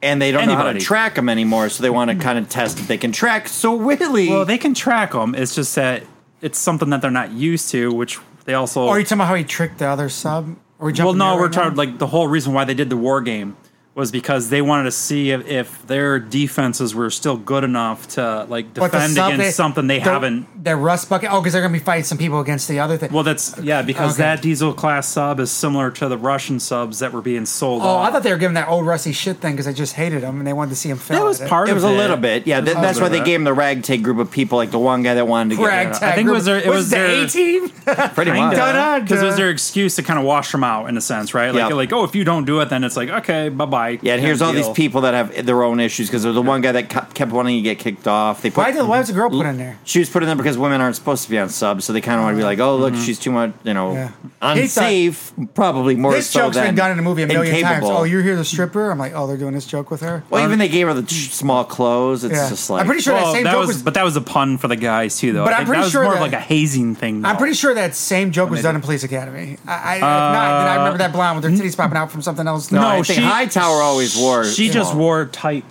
Speaker 3: and they don't know how to
Speaker 5: Anybody.
Speaker 3: track them anymore, so they want to kind of test if they can track. So really,
Speaker 5: Well, they can track them. It's just that it's something that they're not used to, which they also.
Speaker 4: Or are you talking about how he tricked the other sub? Or we
Speaker 5: well,
Speaker 4: jumping
Speaker 5: no,
Speaker 4: there
Speaker 5: we're
Speaker 4: right
Speaker 5: talking
Speaker 4: now?
Speaker 5: like the whole reason why they did the war game was because they wanted to see if, if their defenses were still good enough to like
Speaker 4: But the
Speaker 5: defend
Speaker 4: sub
Speaker 5: against something they
Speaker 4: the-
Speaker 5: haven't.
Speaker 4: The rust bucket. Oh, because they're gonna be fighting some people against the other thing.
Speaker 5: Well, that's yeah, because
Speaker 4: Okay.
Speaker 5: that diesel class sub is similar to the Russian subs that were being sold.
Speaker 4: oh, I
Speaker 5: off.
Speaker 4: thought they were giving that old rusty shit thing because they just hated him and they wanted to see him fail.
Speaker 5: that was
Speaker 4: at it.
Speaker 5: part
Speaker 3: it
Speaker 5: of
Speaker 3: was a little bit. Yeah, th-
Speaker 5: It was a
Speaker 3: that's why
Speaker 5: little
Speaker 3: they
Speaker 5: bit.
Speaker 3: gave him the ragtag group of people, like the one guy that wanted to get rid of-
Speaker 4: Ragtag.
Speaker 5: I think it was their- it
Speaker 4: group.
Speaker 5: was
Speaker 4: the
Speaker 5: their-
Speaker 4: A
Speaker 5: [laughs]
Speaker 4: team.
Speaker 3: Pretty much.
Speaker 4: Dun-dun-dun.
Speaker 5: because it was their excuse to kind of wash them out in a sense, right? Like,
Speaker 3: Yeah.
Speaker 5: like oh, if you don't do it, then it's like okay, bye bye.
Speaker 3: Yeah, and here's all these people that have their own issues because there's the one guy that cu- kept wanting to get kicked off. They put,
Speaker 4: Why did why was a girl put in there?
Speaker 3: She was put in there because women aren't supposed to be on subs, so they kind of want to be like, "Oh, look, she's too much, you know,
Speaker 4: Mm-hmm. Yeah. He's not-
Speaker 3: unsafe." probably more
Speaker 4: This
Speaker 3: so
Speaker 4: joke's
Speaker 3: than
Speaker 4: been done in a movie a million
Speaker 3: incapable.
Speaker 4: times. Oh, you hear the stripper? I'm like, oh, they're doing this joke with her.
Speaker 3: Well, even they gave her the ch- small clothes. It's
Speaker 4: Yeah.
Speaker 3: just like
Speaker 4: I'm pretty sure that
Speaker 5: Well,
Speaker 4: same
Speaker 5: that
Speaker 4: joke
Speaker 5: was,
Speaker 4: was.
Speaker 5: but that was a pun for the guys too, though.
Speaker 4: But
Speaker 5: I
Speaker 4: I'm
Speaker 5: think
Speaker 4: pretty
Speaker 5: that was
Speaker 4: sure
Speaker 5: more
Speaker 4: that-
Speaker 5: of like a hazing thing.
Speaker 4: I'm
Speaker 5: though.
Speaker 4: pretty sure that same joke was done in Police Academy. I, I, if not, then I remember that blonde with her titties popping out from something else.
Speaker 3: No,
Speaker 5: Uh, No,
Speaker 3: I think
Speaker 5: she-
Speaker 3: Hightower always wore.
Speaker 5: she just
Speaker 3: small.
Speaker 5: wore tight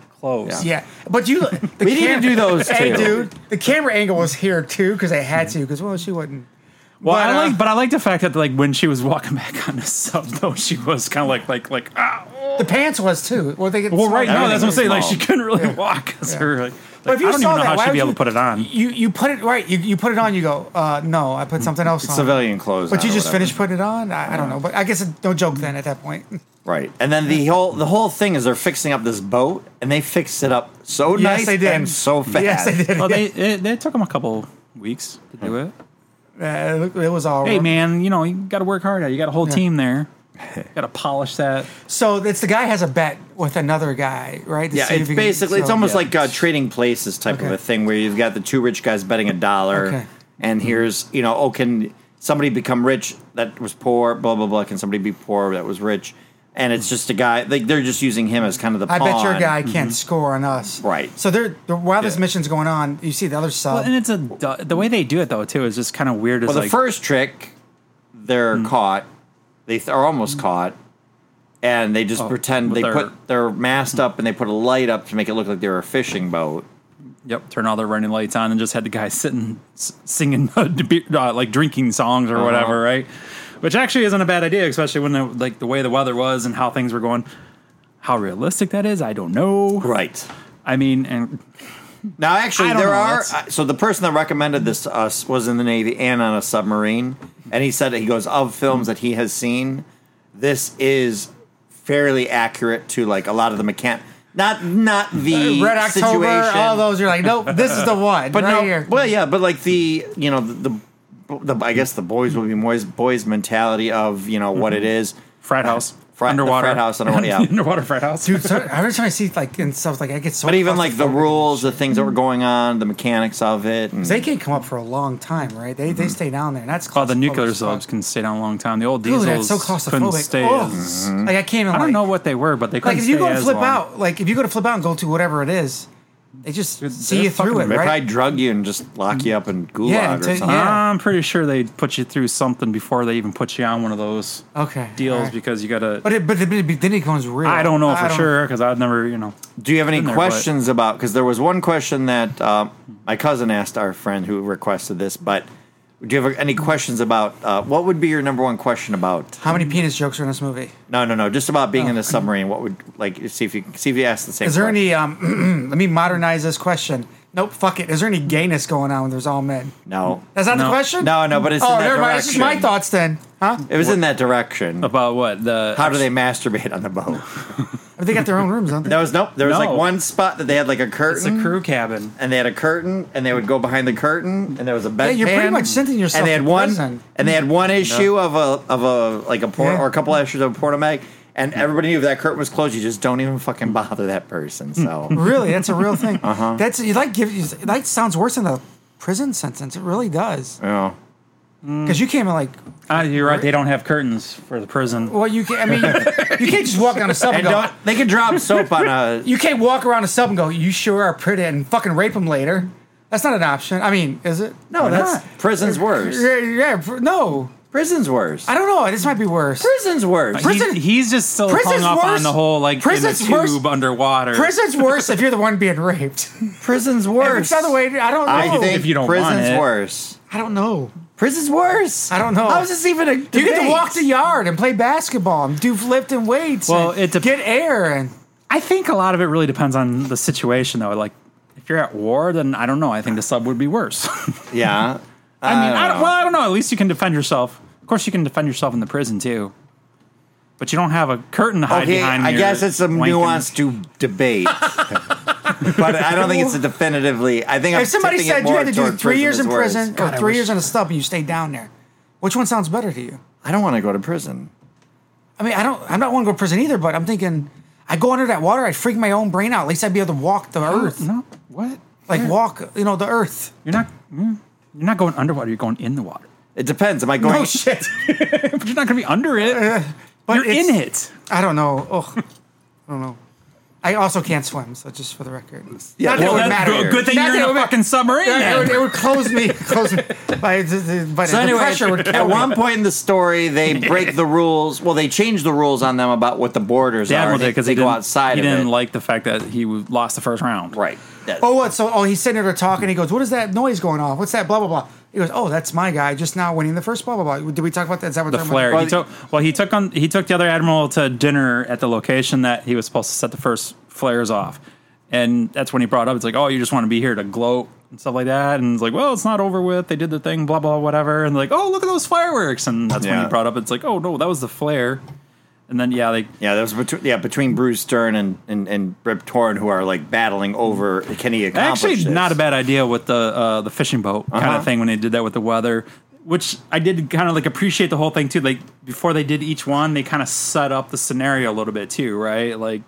Speaker 4: [laughs]
Speaker 5: clothes.
Speaker 4: Yeah, but you. The
Speaker 3: We need to do those,
Speaker 4: Hey,
Speaker 3: too.
Speaker 4: dude, the camera angle was here too because they had to because well, she wouldn't.
Speaker 5: Well, I
Speaker 4: uh,
Speaker 5: like, but I like the fact that like when she was walking [laughs] back on the sub, though, she was kind of like like like ah.
Speaker 4: the pants was too. Well, they get
Speaker 5: Well, right now that's what I'm saying.
Speaker 3: Everything
Speaker 5: Like
Speaker 3: was
Speaker 5: she couldn't really walk 'cause her. Like, like, I don't even know how
Speaker 4: why
Speaker 5: she'd
Speaker 4: would
Speaker 5: be able
Speaker 4: you-
Speaker 5: to put it on.
Speaker 4: You you put it right. You, you put it on. You go. uh No, I put something else on.
Speaker 3: civilian clothes.
Speaker 4: But
Speaker 3: on
Speaker 4: you
Speaker 3: or
Speaker 4: just
Speaker 3: whatever.
Speaker 4: finished putting it on. I, I don't know. But I guess it's no joke then at that point.
Speaker 3: right? And then the whole the whole thing is they're fixing up this boat, and they fixed it up so
Speaker 4: Yes,
Speaker 3: nice
Speaker 4: they did.
Speaker 3: and so fast.
Speaker 4: Yes, they did.
Speaker 5: [laughs] Well, they it, they took them a couple weeks to do it.
Speaker 4: Uh, it, it was all.
Speaker 5: Hey
Speaker 4: wrong.
Speaker 5: man, you know you got to work hard. at it. You got a whole team [laughs] there. Got to polish that.
Speaker 4: So it's the guy has a bet with another guy, right? to
Speaker 3: Yeah,
Speaker 4: see if
Speaker 3: it's
Speaker 4: he can-
Speaker 3: basically it's
Speaker 4: so-
Speaker 3: almost
Speaker 4: yeah.
Speaker 3: like uh, trading places type of
Speaker 4: Okay.
Speaker 3: a thing where you've got the two rich guys betting a dollar,
Speaker 4: Okay. Mm-hmm.
Speaker 3: and here's you know oh can somebody become rich that was poor blah blah blah can somebody be poor that was rich, and it's just a guy like they're just using him as kind of the
Speaker 4: I bet your
Speaker 3: pawn. Mm-hmm.
Speaker 4: guy can't score on us.
Speaker 3: Right.
Speaker 4: So they're, they're while this
Speaker 3: Yeah.
Speaker 4: mission's going on, you see the other
Speaker 5: Well,
Speaker 4: sub.
Speaker 5: and it's a du- the way they do it though too is just kind of weird. Is
Speaker 3: Well, the
Speaker 5: like
Speaker 3: first trick, they're
Speaker 4: Mm.
Speaker 3: caught. They th- are almost caught, and they just
Speaker 4: Oh,
Speaker 3: pretend
Speaker 5: with
Speaker 3: they
Speaker 5: their-
Speaker 3: put their mast up and they put a light up to make it look like they're a fishing boat.
Speaker 5: Yep, turn all their running lights on and just had the guy sitting s- singing [laughs] uh, debe- uh, like drinking songs
Speaker 4: Uh-huh.
Speaker 5: or whatever, right? Which actually isn't a bad idea, especially when the, like the way the weather was and how things were going. How realistic that is, I don't know.
Speaker 3: Right.
Speaker 5: I mean, and
Speaker 3: Now, actually,
Speaker 5: I don't
Speaker 3: there
Speaker 5: know,
Speaker 3: are.
Speaker 5: that's-
Speaker 3: uh, So the person that recommended this to us was in the Navy and on a submarine, and he said he goes of films that he has seen. This is fairly accurate to like a lot of the mechan. Not not
Speaker 5: Uh,
Speaker 3: the
Speaker 4: Red October,
Speaker 3: situation,
Speaker 4: all those. You're like, nope, this is
Speaker 5: [laughs]
Speaker 4: the one.
Speaker 3: but
Speaker 4: right
Speaker 3: no,
Speaker 4: here.
Speaker 3: well, yeah, but like the you know the, the, the I guess the boys will be boys boys mentality of you know what it is.
Speaker 5: Mm-hmm. frat house,
Speaker 3: [laughs] Frat- the
Speaker 5: underwater
Speaker 3: frat house, underwater, yeah.
Speaker 5: [laughs] underwater frat house.
Speaker 4: dude, so, every time I see like and stuff like I get so.
Speaker 3: But even like the
Speaker 4: claustrophobic.
Speaker 3: rules, the things that were going on, the mechanics of it, and
Speaker 4: they can't come up for a long time, right? They they stay down there, and that's
Speaker 5: Oh, the
Speaker 4: claustrophobic
Speaker 5: nuclear
Speaker 4: as fuck.
Speaker 5: subs can stay down a long time. The old
Speaker 4: Dude, that's
Speaker 5: diesels
Speaker 4: so
Speaker 5: couldn't
Speaker 4: claustrophobic.
Speaker 5: stay.
Speaker 4: Ugh.
Speaker 5: As,
Speaker 4: Like I can't even.
Speaker 5: I don't
Speaker 4: like,
Speaker 5: know what they were, but they couldn't
Speaker 4: Like if you
Speaker 5: stay
Speaker 4: go to
Speaker 5: as
Speaker 4: flip
Speaker 5: long.
Speaker 4: out, like if you go to flip out and go to whatever it is, They just
Speaker 5: they're
Speaker 4: see you through it,
Speaker 5: fucking-
Speaker 3: They
Speaker 4: right?
Speaker 3: probably drug you and just lock you up in gulag
Speaker 4: Yeah,
Speaker 3: or
Speaker 4: to-
Speaker 3: something.
Speaker 4: yeah.
Speaker 5: I'm pretty sure they put you through something before they even put you on one of those
Speaker 4: Okay,
Speaker 5: deals
Speaker 4: alright.
Speaker 5: because you got to.
Speaker 4: But it, but it, but then it becomes real.
Speaker 5: I don't know for sure because I've never, you know.
Speaker 3: Do you have any
Speaker 5: in there, but-
Speaker 3: questions about? Because there was one question that uh, my cousin asked our friend who requested this, but do you have any questions about uh, what would be your number one question about?
Speaker 4: How many penis jokes are in this movie?
Speaker 3: No, no, no, just about being in a submarine. What would like see if you see if you ask the same?
Speaker 4: Oh. Is there
Speaker 3: question.
Speaker 4: any? Um, [clears throat] let me modernize this question. Nope, fuck it. Is there any gayness going on when there's all men?
Speaker 3: No,
Speaker 4: That's not the
Speaker 5: No.
Speaker 4: question.
Speaker 3: no, no. But it's
Speaker 4: Oh,
Speaker 3: in that
Speaker 4: never mind. This is
Speaker 3: direction.
Speaker 4: my Oh. thoughts then, huh?
Speaker 3: It was in that direction.
Speaker 5: About what? The
Speaker 3: How do they masturbate on the boat?
Speaker 4: But they got their own rooms,
Speaker 3: [laughs]
Speaker 4: don't they?
Speaker 3: There was nope. There was
Speaker 5: No.
Speaker 3: like one spot that they had like a curtain.
Speaker 5: It's a crew cabin.
Speaker 3: and they had a curtain, and they would go behind the curtain, and there was a bedpan.
Speaker 4: you're pretty much sentencing yourself
Speaker 3: And they had
Speaker 4: to
Speaker 3: one,
Speaker 4: prison.
Speaker 3: and they had one
Speaker 5: Mm-hmm.
Speaker 3: issue of a of a like a port
Speaker 4: Yeah.
Speaker 3: or a couple issues of a porno mag, and everybody knew if that curtain was closed, you just don't even fucking bother that person. So
Speaker 4: Really, that's a real
Speaker 3: [laughs]
Speaker 4: thing. uh-huh. That's you like give you like sounds worse than the prison sentence. It really does
Speaker 3: yeah. Mm.
Speaker 4: because you came in like
Speaker 5: Ah, you're right. They don't have curtains for the prison.
Speaker 4: well you can. I mean, you can't just walk down a sub and,
Speaker 3: [laughs] and
Speaker 4: go.
Speaker 3: don't, they could drop soap on a.
Speaker 4: [laughs] You can't walk around a sub and go. You sure are pretty and fucking rape them later. That's not an option. I mean, is it?
Speaker 3: No,
Speaker 4: Why
Speaker 3: that's
Speaker 4: not?
Speaker 3: prison's worse.
Speaker 4: Yeah, yeah, pr- no.
Speaker 3: Prison's worse.
Speaker 4: I don't know. This might be worse.
Speaker 3: Prison's worse.
Speaker 5: He-
Speaker 4: Prison-
Speaker 5: he's just still
Speaker 4: prison's
Speaker 5: hung up
Speaker 4: worse-
Speaker 5: on the whole like
Speaker 4: prison's
Speaker 5: in a
Speaker 4: worse-
Speaker 5: tube underwater.
Speaker 4: Prison's worse if you're the one being
Speaker 3: [laughs]
Speaker 4: raped.
Speaker 3: Prison's
Speaker 4: If
Speaker 3: worse.
Speaker 4: it's the other way, I don't know.
Speaker 3: I think
Speaker 5: If you don't want
Speaker 3: prison's
Speaker 5: it.
Speaker 3: worse.
Speaker 4: I don't know.
Speaker 3: Prison's worse.
Speaker 4: I don't know.
Speaker 3: How is this even a? Debate?
Speaker 4: You get to walk the yard and play basketball and do lifting weights.
Speaker 5: Well,
Speaker 4: and
Speaker 5: it dep-
Speaker 4: get air and
Speaker 5: I think a lot of it really depends on the situation, though. Like, if you're at war, then I don't know. I think the sub would be worse. [laughs]
Speaker 3: Yeah.
Speaker 5: I mean, I
Speaker 3: don't
Speaker 5: don't,
Speaker 3: know.
Speaker 5: well, I don't know. At least you can defend yourself. Of course, you can defend yourself in the prison too, but you don't have a curtain to hide
Speaker 3: Okay,
Speaker 5: behind.
Speaker 3: I
Speaker 5: your
Speaker 3: guess it's some
Speaker 5: wank and-
Speaker 3: nuance to debate. [laughs] but I don't think it's a definitively. I think I'm
Speaker 4: if somebody
Speaker 3: tipping it
Speaker 4: said you
Speaker 3: more
Speaker 4: had to do
Speaker 3: toward
Speaker 4: three
Speaker 3: prison
Speaker 4: years
Speaker 3: is
Speaker 4: in
Speaker 3: worse.
Speaker 4: prison
Speaker 3: God,
Speaker 4: or
Speaker 3: I
Speaker 4: three
Speaker 3: wish-
Speaker 4: years on a stub and you stay down there, which one sounds better to you?
Speaker 3: I don't want to go to prison.
Speaker 4: I mean, I don't. I'm not one to go to prison either, but I'm thinking I go under that water, I'd freak my own brain out. At least I'd be able to walk the earth,
Speaker 5: No, what?
Speaker 4: like walk, you know, the earth.
Speaker 5: You're not. mm, You're not going underwater. You're going in the water.
Speaker 3: It depends. Am I going?
Speaker 4: Oh shit!
Speaker 5: But you're not going to be under it.
Speaker 3: Uh,
Speaker 4: but
Speaker 5: you're in
Speaker 4: it's-
Speaker 5: it.
Speaker 4: I don't know. Oh, [laughs] I don't know. I also can't swim, so just for the record,
Speaker 3: Yeah,
Speaker 4: not that it
Speaker 3: well,
Speaker 4: would
Speaker 3: that's
Speaker 4: matter.
Speaker 3: good-
Speaker 5: good thing
Speaker 4: Not
Speaker 5: you're
Speaker 4: that
Speaker 5: in
Speaker 4: it
Speaker 5: a
Speaker 4: would ma-
Speaker 5: fucking submarine,
Speaker 4: Yeah, It would,
Speaker 5: then.
Speaker 4: it would close me, [laughs] close me. By, by
Speaker 3: So
Speaker 4: the
Speaker 3: anyway,
Speaker 4: pressure would kill
Speaker 3: at
Speaker 4: me.
Speaker 3: one point in the story,
Speaker 5: [laughs]
Speaker 3: they break the rules. Well, they change the rules on them about what the borders
Speaker 5: The
Speaker 3: are.
Speaker 5: admiral
Speaker 3: They-
Speaker 5: did because
Speaker 3: they
Speaker 5: he
Speaker 3: go
Speaker 5: didn't,
Speaker 3: outside
Speaker 5: He
Speaker 3: of
Speaker 5: didn't
Speaker 3: it.
Speaker 5: like the fact that he w- lost the first round.
Speaker 3: right. That-
Speaker 4: Oh, what? So, oh, he's sitting there talking. He goes, "What is that noise going off? What's that?" Blah blah blah. He goes, "Oh, that's my guy just now winning the first blah blah blah." Did we talk about that? Is that what
Speaker 5: The
Speaker 4: they're-
Speaker 5: flare.
Speaker 3: Well,
Speaker 5: he took well. He took on. He took the other admiral to dinner at the location that he was supposed to set the first flares off, and that's when he brought up. It's like, oh, you just want to be here to gloat and stuff like that, and it's like, well, it's not over with. They did the thing, blah blah whatever, and like, oh, look at those fireworks, and that's when
Speaker 3: Yeah.
Speaker 5: he brought up. It's like, oh no, that was the flare, and then yeah, like
Speaker 3: Yeah, that was between yeah between Bruce Stern and and, and Rip Torn who are like battling over can he accomplish
Speaker 5: Actually,
Speaker 3: this?
Speaker 5: not a bad idea with the uh, the fishing boat kind
Speaker 3: Uh-huh.
Speaker 5: of thing when they did that with the weather, which I did kind of like appreciate the whole thing too. Like before they did each one, they kind of set up the scenario a little bit too, right? Like,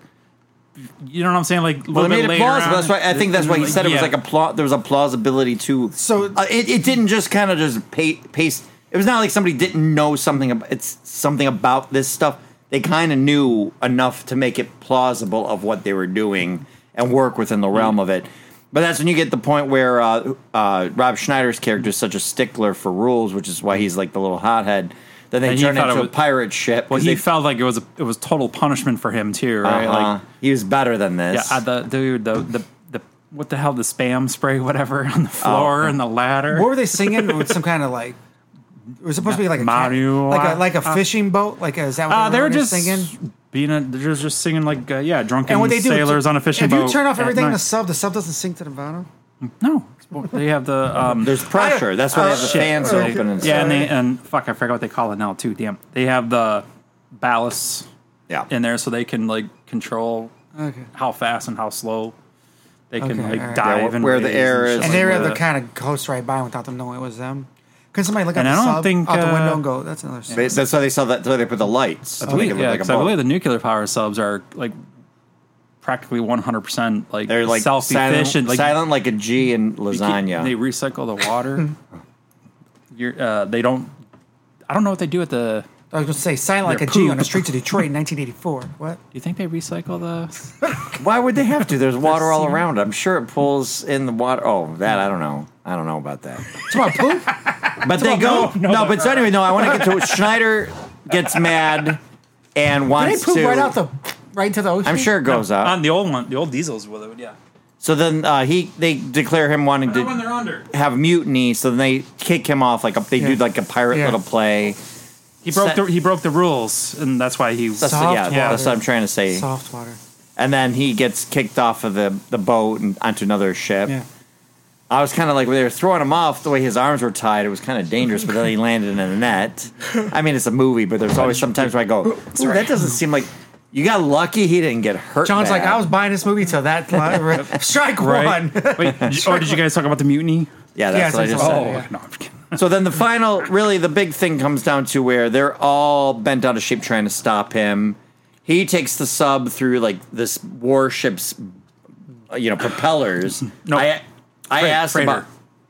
Speaker 5: you know what I'm saying? Like, a little
Speaker 3: Well, it made
Speaker 5: bit
Speaker 3: it
Speaker 5: later
Speaker 3: plausible.
Speaker 5: on, Mm,
Speaker 3: That's why I think that's why he said it was
Speaker 5: Yeah.
Speaker 3: like a plot. There was a plausibility to.
Speaker 4: So-
Speaker 3: uh, it, it didn't just kind of just pa- paste. It was not like somebody didn't know something. About, it's something about this stuff. They kind of knew enough to make it plausible of what they were doing and work within the realm of it. But that's when you get the point where uh, uh, Rob Schneider's character is such a stickler for rules, which is why he's like the little hothead. Then they
Speaker 5: And he
Speaker 3: turn
Speaker 5: thought it
Speaker 3: into a
Speaker 5: was-
Speaker 3: pirate ship.
Speaker 5: Well,
Speaker 3: 'cause
Speaker 5: he
Speaker 3: they,
Speaker 5: felt like it was a, it was total punishment for him too, right?
Speaker 3: uh-huh.
Speaker 5: Like,
Speaker 3: he was better than this.
Speaker 5: yeah, uh, the dude, the the the what the hell, the spam spray, [laughs] whatever, on
Speaker 3: Oh.
Speaker 5: the floor and the ladder.
Speaker 4: What were they singing with some kind of like? It was supposed to be like a cat-
Speaker 5: Mario-
Speaker 4: like a like a fishing boat. Like is that what
Speaker 5: Uh,
Speaker 4: they
Speaker 5: they
Speaker 4: were
Speaker 5: were just
Speaker 4: singing?
Speaker 5: being a, they're just- just singing like uh, yeah, drunken
Speaker 4: And what they do
Speaker 5: sailors on a fishing
Speaker 4: if
Speaker 5: boat.
Speaker 4: you turn off
Speaker 5: at
Speaker 4: everything in
Speaker 5: night.
Speaker 4: the sub, the sub doesn't sink to the bottom.
Speaker 5: no, they have the um,
Speaker 3: [laughs] There's pressure. That's why they have the
Speaker 5: shit.
Speaker 3: fans open and
Speaker 5: yeah,
Speaker 3: stuff.
Speaker 5: and they and fuck, I forgot what they call it now too. Damn, they have the ballast
Speaker 3: Yeah.
Speaker 5: in there so they can like control uh,
Speaker 4: Okay.
Speaker 5: how fast and how slow they can
Speaker 4: Okay,
Speaker 5: like
Speaker 4: alright.
Speaker 5: dive
Speaker 3: Yeah,
Speaker 5: and
Speaker 3: where the
Speaker 5: raise
Speaker 3: air
Speaker 5: shit
Speaker 3: is.
Speaker 5: like
Speaker 4: And they were
Speaker 5: that.
Speaker 4: able to kind of coast right by without them knowing it was them. Couldn't somebody look out
Speaker 5: And
Speaker 4: the
Speaker 5: I don't
Speaker 4: sub,
Speaker 5: think,
Speaker 4: out the window
Speaker 5: uh,
Speaker 4: and go? That's another. Sub.
Speaker 3: They, that's why they saw that. That's why they put the lights.
Speaker 5: I
Speaker 3: to make
Speaker 5: believe,
Speaker 3: it look
Speaker 5: yeah,
Speaker 3: like a
Speaker 5: 'cause I believe the
Speaker 3: boat.
Speaker 5: nuclear power subs are like practically 100 percent like
Speaker 3: They're like
Speaker 5: self efficient,
Speaker 3: silent, like silent like a G in
Speaker 5: You keep-
Speaker 3: lasagna.
Speaker 5: They [laughs] recycle the water. You're, uh, they don't. I don't know what they do at the
Speaker 4: I was going to say, silent like a
Speaker 5: Their
Speaker 4: G
Speaker 5: poop.
Speaker 4: on the streets of Detroit
Speaker 5: [laughs]
Speaker 4: in 1984. What?
Speaker 5: you think they recycle the?
Speaker 3: [laughs] Why would they have to? There's water all around. I'm sure it pulls in the water. Oh, that I don't know. I don't know about that.
Speaker 4: It's about poop?
Speaker 3: [laughs] But they go. No, but so anyway, no. I want to get to Schneider gets mad and
Speaker 4: Did they
Speaker 3: wants
Speaker 4: poop
Speaker 3: to.
Speaker 4: right out the, right into the ocean?
Speaker 3: I'm sure it goes
Speaker 5: [laughs]
Speaker 3: out.
Speaker 5: On the old one, the old diesels with it, yeah.
Speaker 3: so then uh, he they declare him wanting
Speaker 5: Not when
Speaker 3: to
Speaker 5: they're under.
Speaker 3: have mutiny. So then they kick him off like a, they do
Speaker 4: Yeah.
Speaker 3: like a pirate
Speaker 4: Yeah.
Speaker 3: little play.
Speaker 5: He broke
Speaker 3: Set-
Speaker 5: the he broke the rules, and that's why he.
Speaker 3: That's
Speaker 4: Soft
Speaker 3: yeah, yeah, that's what
Speaker 4: water.
Speaker 3: I'm trying to say.
Speaker 4: Soft water.
Speaker 3: And then he gets kicked off of the, the boat and onto another ship.
Speaker 4: Yeah.
Speaker 3: I was kind of like when they were throwing him off the way his arms were tied. It was kind of dangerous, but then he landed in a net. I mean, it's a movie, but there's always sometimes where I go, "Ooh, that doesn't seem like you got lucky. He didn't get hurt.
Speaker 4: John's like,
Speaker 3: bad."
Speaker 4: I was buying this movie till that.
Speaker 5: [laughs]
Speaker 4: Strike
Speaker 5: [laughs] Right.
Speaker 4: one.
Speaker 5: Wait, did you- oh, did you guys talk about the mutiny?
Speaker 3: yeah, that's
Speaker 4: Yeah,
Speaker 3: what I just
Speaker 4: it's-
Speaker 3: said.
Speaker 5: Oh
Speaker 4: yeah.
Speaker 5: no, I'm kidding.
Speaker 3: So then the final, really, the big thing comes down to where they're all bent out of shape trying to stop him. He takes the sub through like this warship's, uh, you
Speaker 5: [clears throat]
Speaker 3: know, propellers.
Speaker 5: No.
Speaker 3: I, I
Speaker 5: Freight-
Speaker 3: asked
Speaker 5: freighter.
Speaker 3: about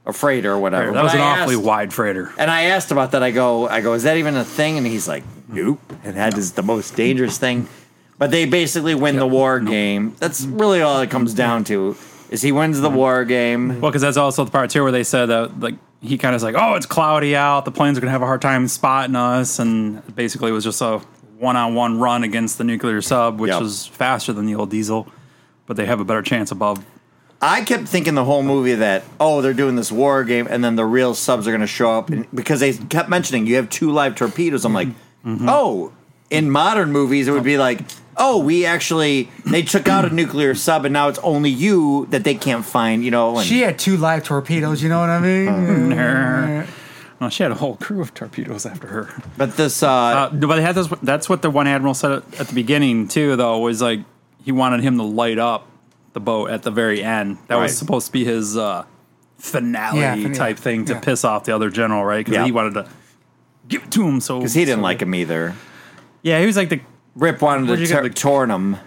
Speaker 3: a freighter or whatever.
Speaker 5: That was
Speaker 3: But
Speaker 5: an
Speaker 3: I
Speaker 5: awfully
Speaker 3: asked-
Speaker 5: wide freighter.
Speaker 3: And I asked about that. I go, I go, is that even a thing? And he's like, nope. And that is the most dangerous thing. But they basically win the war game. That's really all it comes down to. Is he wins the war game?
Speaker 5: Well, because that's also the part too where they said that like he kind of like, oh, it's cloudy out. The planes are gonna have a hard time spotting us, and basically it was just a one-on-one run against the nuclear sub, which
Speaker 3: Yep.
Speaker 5: was faster than the old diesel, but they have a better chance above.
Speaker 3: I kept thinking the whole movie that oh they're doing this war game and then the real subs are going to show up and, because they kept mentioning you have two live torpedoes. I'm like, oh, in modern movies it would be like oh we actually they took out a nuclear sub and now it's only you that they can't find. You know, and
Speaker 4: She had two live torpedoes, you know what I
Speaker 3: Uh,
Speaker 4: mean?
Speaker 5: Well, she had a whole crew of torpedoes after her.
Speaker 3: but this uh,
Speaker 5: Uh, but they had this. That's what the one admiral said at at the beginning too. Though was like he wanted him to light up the boat at the very end. That
Speaker 3: Right.
Speaker 5: was supposed to be his uh, finale
Speaker 4: Yeah, fin-
Speaker 5: type thing to
Speaker 4: yeah.
Speaker 5: piss off the other general, right? Because
Speaker 3: Yeah.
Speaker 5: he wanted to give it to him. So
Speaker 3: Because he didn't like him either.
Speaker 5: Yeah, he was like the
Speaker 3: Rip wanted
Speaker 5: Where'd
Speaker 3: to
Speaker 5: you get
Speaker 3: tor-
Speaker 5: the-
Speaker 3: torn him.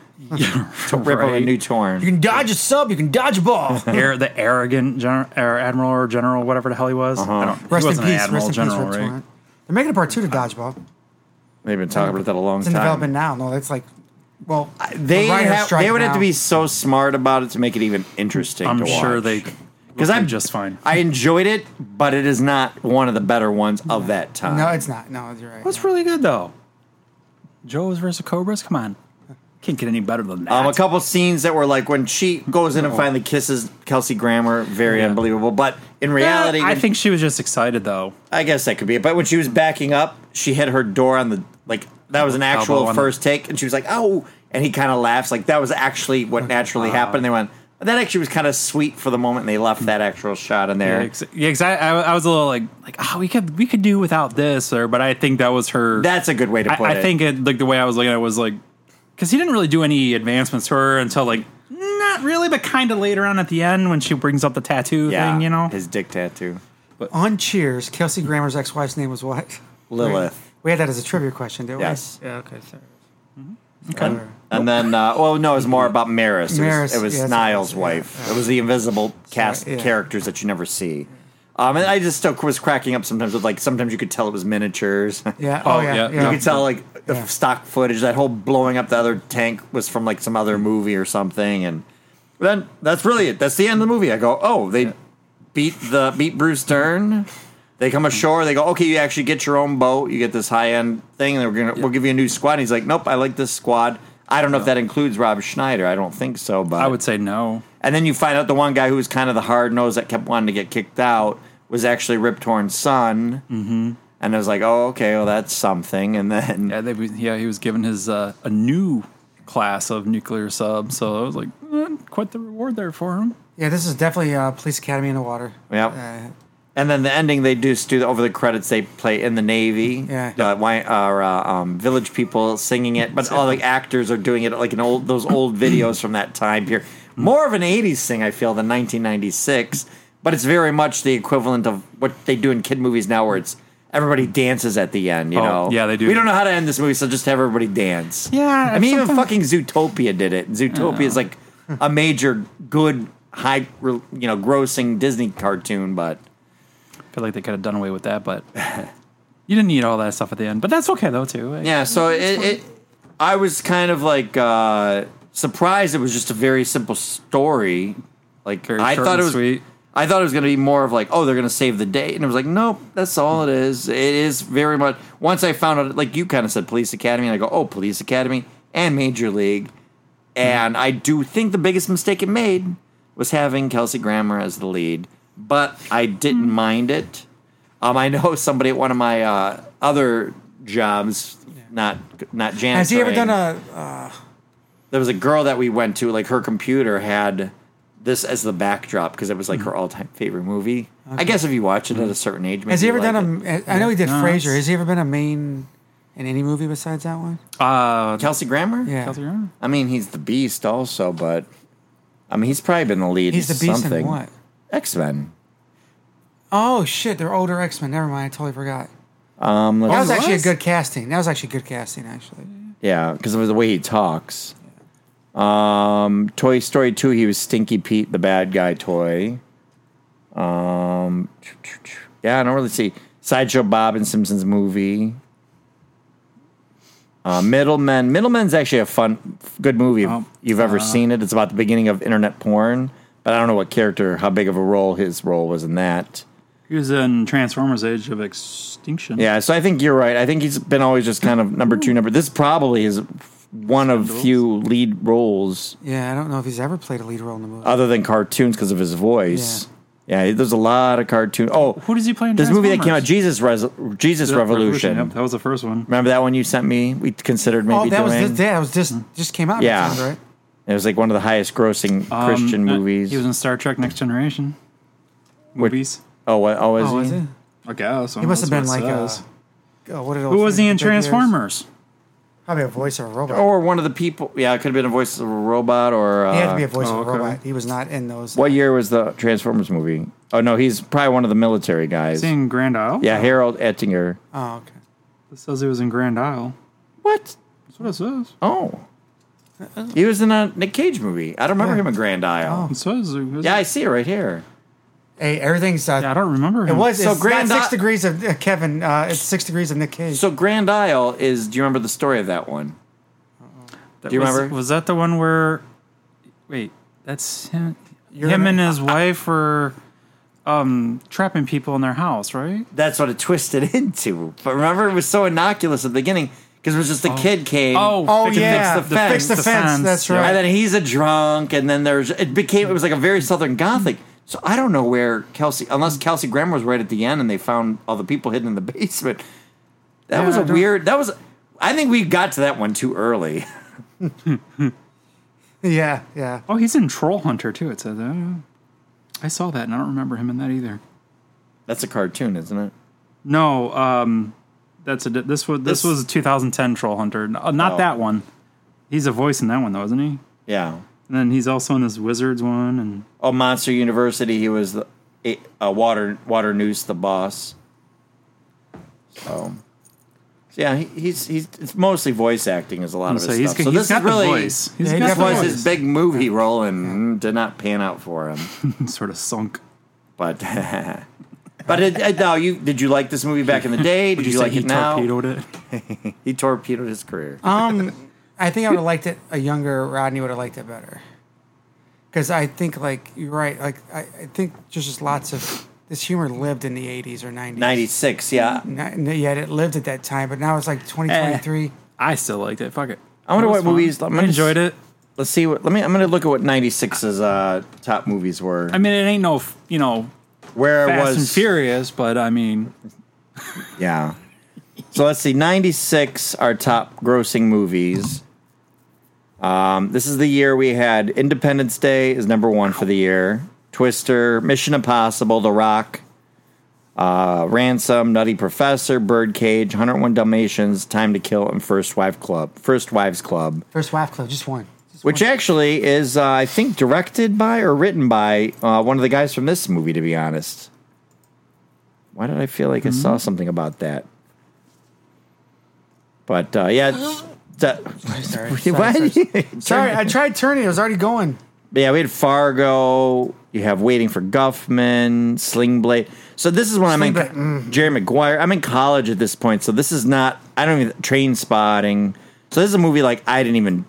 Speaker 3: to rip him a
Speaker 5: Right.
Speaker 3: new
Speaker 4: You
Speaker 3: torn.
Speaker 4: can dodge a sub, you can dodge a ball.
Speaker 5: [laughs] air, the arrogant gen- or admiral or general, whatever the hell he was.
Speaker 3: Uh-huh.
Speaker 5: I don't. he
Speaker 4: Rest in
Speaker 5: wasn't
Speaker 4: peace,
Speaker 5: an admiral
Speaker 4: rest in
Speaker 5: general,
Speaker 4: peace, Rip
Speaker 5: right?
Speaker 4: Torrent. They're making a part two to dodgeball.
Speaker 3: They've been talking about that a long
Speaker 4: It's in development
Speaker 3: Uh, time.
Speaker 4: now. No, that's like, well,
Speaker 3: They
Speaker 4: the writer's
Speaker 3: have,
Speaker 4: strike
Speaker 3: they would have
Speaker 4: now.
Speaker 3: to be so smart about it to make it even interesting.
Speaker 5: I'm
Speaker 3: to
Speaker 5: sure
Speaker 3: watch.
Speaker 5: they
Speaker 3: because I'm
Speaker 5: just fine.
Speaker 3: I enjoyed it, but it is not one of the better ones of that time.
Speaker 4: No, it's not. No, you're right.
Speaker 5: That's really good though. Joe's versus Cobras. Come on, can't get any better than that.
Speaker 3: um, a couple scenes that were like when she goes in and finally kisses Kelsey Grammer, very
Speaker 5: Yeah.
Speaker 3: unbelievable. But in reality,
Speaker 5: I
Speaker 3: when-
Speaker 5: think she was just excited though.
Speaker 3: I guess that could be it. But when she was backing up, she hit her door on the like that was an
Speaker 5: Elbow
Speaker 3: actual
Speaker 5: on the-
Speaker 3: first take, and she was like, "Oh!" And he kind of laughs like that was actually what naturally
Speaker 5: Uh-huh.
Speaker 3: happened. They went that actually was kind of sweet for the moment. And they left that actual shot in there.
Speaker 5: Yeah, ex- yeah, ex- I, I was a little like, like, oh, we could we could do without this, or but I think that was her.
Speaker 3: That's a good way to
Speaker 5: I,
Speaker 3: put
Speaker 5: I
Speaker 3: it.
Speaker 5: think it like the way I was looking at it was like because he didn't really do any advancements to her until like not really, but kind of later on at the end when she brings up the tattoo
Speaker 3: yeah,
Speaker 5: thing, you know.
Speaker 3: his dick tattoo,
Speaker 4: On Cheers, Kelsey Grammer's ex-wife's name was what?
Speaker 3: Lilith.
Speaker 4: We had that as a trivia question, didn't
Speaker 3: Yes.
Speaker 4: we? Yeah. Okay. Sorry.
Speaker 3: And, and then, uh, well, no, it was more about Maris. It was,
Speaker 4: Maris,
Speaker 3: it was
Speaker 4: yes.
Speaker 3: Niall's wife. It was the invisible cast
Speaker 4: yeah.
Speaker 3: characters that you never see. Um, and I just still was cracking up sometimes with like sometimes you could tell it was miniatures. [laughs]
Speaker 4: Yeah. Oh,
Speaker 5: Oh,
Speaker 4: yeah.
Speaker 5: yeah.
Speaker 4: yeah.
Speaker 5: You
Speaker 3: You could tell like the
Speaker 4: Yeah.
Speaker 3: stock footage. That whole blowing up the other tank was from like some other movie or something. And then that's really it. That's the end of the movie. I go, oh, they beat the beat Bruce Dern. They come ashore. They go, okay, you actually get your own boat. You get this high end thing. And we're gonna we'll give you a new squad. And he's like, nope, I like this squad. I don't know if that includes Rob Schneider. I don't think so, but
Speaker 5: I would say no.
Speaker 3: and then you find out the one guy who was kind of the hard nose that kept wanting to get kicked out was actually Rip Torn's son. Mm-hmm. And I was like, oh, okay, well, that's something. And then
Speaker 5: Yeah, they, yeah, he was given his uh, a new class of nuclear sub, so I was like, eh, quite the reward there for him.
Speaker 4: Yeah, This is definitely uh, Police Academy in the water.
Speaker 3: Yep.
Speaker 4: Uh,
Speaker 3: And then the ending they do do over the credits they play in the Navy.
Speaker 4: Yeah.
Speaker 3: Uh, why are uh, um, village people singing it? But all the actors are doing it like an old those old videos from that time period. More of an '80s thing, I feel, than 1996. But it's very much the equivalent of what they do in kid movies now, where it's everybody dances at the end. You
Speaker 5: Oh,
Speaker 3: know?
Speaker 5: yeah, they do.
Speaker 3: We don't know how to end this movie, so just have everybody dance.
Speaker 5: Yeah,
Speaker 3: I mean, even
Speaker 5: sometimes-
Speaker 3: fucking Zootopia did it. Zootopia is like a major good high, you know, grossing Disney cartoon, but. [laughs]
Speaker 5: I feel like they could have done away with that, but You didn't need all that stuff at the end, but that's okay though too. Like,
Speaker 3: Yeah, so it, it I was kind of like uh surprised it was just a very simple story. Like
Speaker 5: Very
Speaker 3: I
Speaker 5: short
Speaker 3: thought
Speaker 5: and
Speaker 3: it was
Speaker 5: sweet.
Speaker 3: I thought it was going to be more of like, oh, they're going to save the day, and it was like, nope, that's all it is. It is very much. Once I found out, like you kind of said, police academy, and I go, oh, police academy and major league, and I do think the biggest mistake it made was having Kelsey Grammer as the lead, but I didn't
Speaker 4: Mm.
Speaker 3: mind it. Um, I know somebody at one of my uh, other jobs, not not janitor.
Speaker 4: Has he ever done a? Uh,
Speaker 3: There was a girl that we went to. Like her computer had this as the backdrop because it was
Speaker 4: Hmm.
Speaker 3: like her all time favorite movie. I guess if you watch it at a certain age, maybe
Speaker 4: has he
Speaker 3: you
Speaker 4: ever
Speaker 3: like
Speaker 4: done a? I know he did
Speaker 5: No,
Speaker 4: Frasier.
Speaker 5: it's-
Speaker 4: Has he ever been a main in any movie besides that one?
Speaker 5: Uh,
Speaker 3: it. Kelsey Grammer?
Speaker 4: Yeah.
Speaker 5: Kelsey Grammer?
Speaker 3: I mean, he's the Beast also, but I mean, he's probably been the lead.
Speaker 4: He's the
Speaker 3: in
Speaker 4: beast
Speaker 3: something.
Speaker 4: in what?
Speaker 3: X Men.
Speaker 4: Oh shit! They're older X Men. Never mind. I totally forgot.
Speaker 3: Um,
Speaker 4: That was
Speaker 5: it
Speaker 4: actually a
Speaker 5: was?
Speaker 4: good casting. That was actually good casting. Actually,
Speaker 3: Yeah, because of the way he talks. Um, Toy Story 2, he was Stinky Pete, the bad guy toy. Um, yeah, I don't really see. Sideshow Bob in Simpsons movie. Uh, Middlemen. Middlemen's actually a fun, good movie if
Speaker 5: Oh,
Speaker 3: you've ever
Speaker 5: uh,
Speaker 3: seen it. It's about the beginning of internet porn, but I don't know what character, how big of a role his role was in that.
Speaker 5: he was in Transformers: Age of Extinction.
Speaker 3: Yeah, so I think you're right. I think he's been always just kind of number two, number. This probably is one of few lead roles
Speaker 4: yeah. I don't know if he's ever played a lead role in the movie.
Speaker 3: other than cartoons because of his voice. Yeah. there's a lot of cartoon. Oh,
Speaker 5: Who does he play in
Speaker 3: This movie that came out,
Speaker 5: Transformers?
Speaker 3: Jesus Res- Jesus
Speaker 5: The
Speaker 3: Revolution.
Speaker 5: Yep, that was the first one.
Speaker 3: Remember that one you sent me? We considered maybe
Speaker 4: oh, that was
Speaker 3: doing.
Speaker 4: this, that was just just came out.
Speaker 3: Yeah.
Speaker 4: Yeah, right.
Speaker 3: It was like one of the highest grossing
Speaker 5: Um,
Speaker 3: Christian
Speaker 5: uh,
Speaker 3: movies.
Speaker 5: He was in Star Trek: Next Generation.
Speaker 3: What-
Speaker 5: Movies.
Speaker 3: oh, what, oh, was
Speaker 4: Oh,
Speaker 3: he?
Speaker 4: was it?
Speaker 5: I guess.
Speaker 4: He must have been
Speaker 5: that's what
Speaker 4: like uh,
Speaker 5: it
Speaker 4: a.
Speaker 5: says.
Speaker 4: Oh, what are those
Speaker 5: Who was he
Speaker 4: things
Speaker 5: in
Speaker 4: with the big ears?
Speaker 5: Transformers?
Speaker 4: Probably a voice of a robot.
Speaker 3: Or one of the people? Yeah, it could have been a voice of a robot or. Uh,
Speaker 4: he had to be a voice
Speaker 5: oh,
Speaker 4: of a
Speaker 5: okay.
Speaker 4: robot. He was not in those.
Speaker 3: What year was the Transformers movie? Oh no, he's probably one of the military guys.
Speaker 5: Is he in Grand Isle?
Speaker 3: Yeah, Harold Ettinger.
Speaker 4: Oh, okay.
Speaker 5: It says he was in Grand Isle.
Speaker 3: What?
Speaker 5: That's what it says.
Speaker 3: Oh, he was in a Nick Cage movie. I don't remember
Speaker 4: Yeah.
Speaker 3: him in Grand
Speaker 4: Oh.
Speaker 3: Isle.
Speaker 5: It says. It was,
Speaker 3: Yeah, I see it right here.
Speaker 4: Hey, everything's. Uh,
Speaker 5: Yeah, I don't remember.
Speaker 4: It
Speaker 5: him.
Speaker 4: was.
Speaker 3: So
Speaker 4: it's
Speaker 3: Grand
Speaker 4: not six
Speaker 3: Isle-
Speaker 4: degrees of uh, Kevin. Uh, it's six degrees of Nick Cage.
Speaker 3: So Grand Isle is. Do you remember the story of that one?
Speaker 5: That
Speaker 3: Do you
Speaker 5: was-
Speaker 3: remember?
Speaker 5: Was that the one where? Wait, that's him.
Speaker 4: You're
Speaker 5: him
Speaker 4: in
Speaker 5: and his wife were um, trapping people in their house, right?
Speaker 3: That's what it [laughs] twisted into. But remember, it was so innocuous at the beginning because it was just the kid came.
Speaker 4: Oh,
Speaker 5: fix the-
Speaker 4: yeah,
Speaker 5: fix the fence.
Speaker 4: fix the fence, that's right.
Speaker 3: and then he's a drunk, and then there's it became it was like a very Southern Gothic. So I don't know where Kelsey, unless Kelsey Grammer was right at the end, and they found all the people hidden in the [laughs] basement. That
Speaker 5: Yeah,
Speaker 3: was
Speaker 5: I
Speaker 3: a
Speaker 5: don't-
Speaker 3: weird. That was. I think we got to that one too early.
Speaker 4: yeah, yeah.
Speaker 5: Oh, he's in Troll Hunter too. It says. uh, I saw that, and I don't remember him in that either.
Speaker 3: That's a cartoon, isn't it?
Speaker 5: No, um, that's a di- this was this,
Speaker 3: This-
Speaker 5: was a 2010 Troll Hunter. N- uh, not
Speaker 3: Oh.
Speaker 5: that one. He's a voice in that one though, isn't he?
Speaker 3: Yeah.
Speaker 5: And then he's also in this Wizards one, and
Speaker 3: Oh, Monster University. He was the a, a water water noose, the boss. So, so yeah, he, he's he's it's mostly voice acting is a lot of his
Speaker 5: so he's,
Speaker 3: stuff. So
Speaker 5: he's
Speaker 3: this
Speaker 5: got
Speaker 3: is really
Speaker 5: the voice. He's
Speaker 4: Yeah, he
Speaker 5: got
Speaker 3: this
Speaker 5: the
Speaker 4: definitely
Speaker 3: was
Speaker 5: voice.
Speaker 3: his big movie role and did not pan out for him.
Speaker 5: sort of sunk.
Speaker 3: But [laughs] but it, it, now you did you like this movie back in the day? Did
Speaker 5: Would
Speaker 3: you,
Speaker 5: say
Speaker 3: like
Speaker 5: he
Speaker 3: it now?
Speaker 5: torpedoed it?
Speaker 3: He torpedoed his career.
Speaker 4: Um, I think I would have liked it. A younger Rodney would have liked it better. Because I think, like you're right. Like I, I think there's just lots of this humor lived in the '80s or '90s.
Speaker 3: Ninety six. Yeah.
Speaker 4: Ni- yet it lived at that time, but now it's like 2023.
Speaker 5: I still liked it. Fuck it.
Speaker 3: I wonder
Speaker 5: It was
Speaker 3: what movies-
Speaker 5: I
Speaker 3: I'm gonna
Speaker 5: enjoyed
Speaker 3: just-
Speaker 5: it.
Speaker 3: Let's see what. Let me. I'm going to look at what ninety six's uh, top movies were.
Speaker 5: I mean, it ain't no f- you know
Speaker 3: Where it
Speaker 5: Fast
Speaker 3: was
Speaker 5: and Furious, but I mean,
Speaker 3: Yeah. So let's see. 96 are top grossing movies. Um, this is the year we had Independence Day is number one for the year. Twister, Mission Impossible, The Rock, uh, Ransom, Nutty Professor, Birdcage, 101 Dalmatians, Time to Kill, and First Wife Club. First Wives Club,
Speaker 4: First Wife Club, just one. Just
Speaker 3: which actually is, uh, I think, directed by or written by uh, one of the guys from this movie. To be honest, why did I feel like I
Speaker 4: Hmm?
Speaker 3: saw something about that? But uh, yeah, it's- that-
Speaker 4: one. Sorry,
Speaker 3: What?
Speaker 4: [laughs] sorry, sorry. Sorry, I tried turning. It was already going.
Speaker 3: yeah, we had Fargo, You have Waiting for Guffman, Sling Blade. So this is when I'm in
Speaker 4: Sling Blade, mm-hmm.
Speaker 3: Jerry Maguire. I'm in college at this point, so this is not. I don't even train spotting. So this is a movie like I didn't even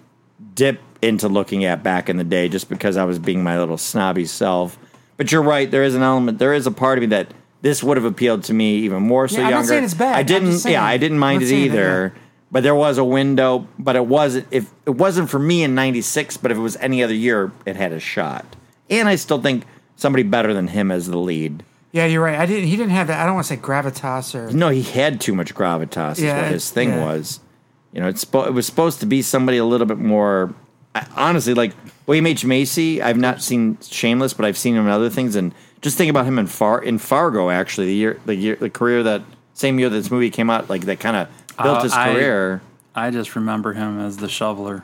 Speaker 3: dip into looking at back in the day, just because I was being my little snobby self. But you're right. There is an element. There is a part of me that this would have appealed to me even more. So
Speaker 4: Yeah, I'm not
Speaker 3: younger,
Speaker 4: saying it's bad.
Speaker 3: I
Speaker 4: I'm
Speaker 3: didn't.
Speaker 4: just saying-
Speaker 3: yeah, I didn't
Speaker 4: I'm
Speaker 3: mind
Speaker 4: not
Speaker 3: it
Speaker 4: saying it,
Speaker 3: either. But there was a window. But it wasn't. If it wasn't for me in '96, but if it was any other year, it had a shot. And I still think somebody better than him as the lead.
Speaker 4: Yeah, you're right. I didn't. He didn't have that. I don't want to say gravitas or.
Speaker 3: No, he had too much gravitas. Is
Speaker 4: Yeah,
Speaker 3: what his thing
Speaker 4: yeah.
Speaker 3: was. You know, it's spo- it was supposed to be somebody a little bit more. I, honestly, like William H Macy, I've not seen Shameless, but I've seen him in other things. And just think about him in Far in Fargo. Actually, the year, the year, the career that same year this movie came out, like that kind of built
Speaker 5: Uh,
Speaker 3: his
Speaker 5: I-
Speaker 3: career.
Speaker 5: I just remember him as the shoveler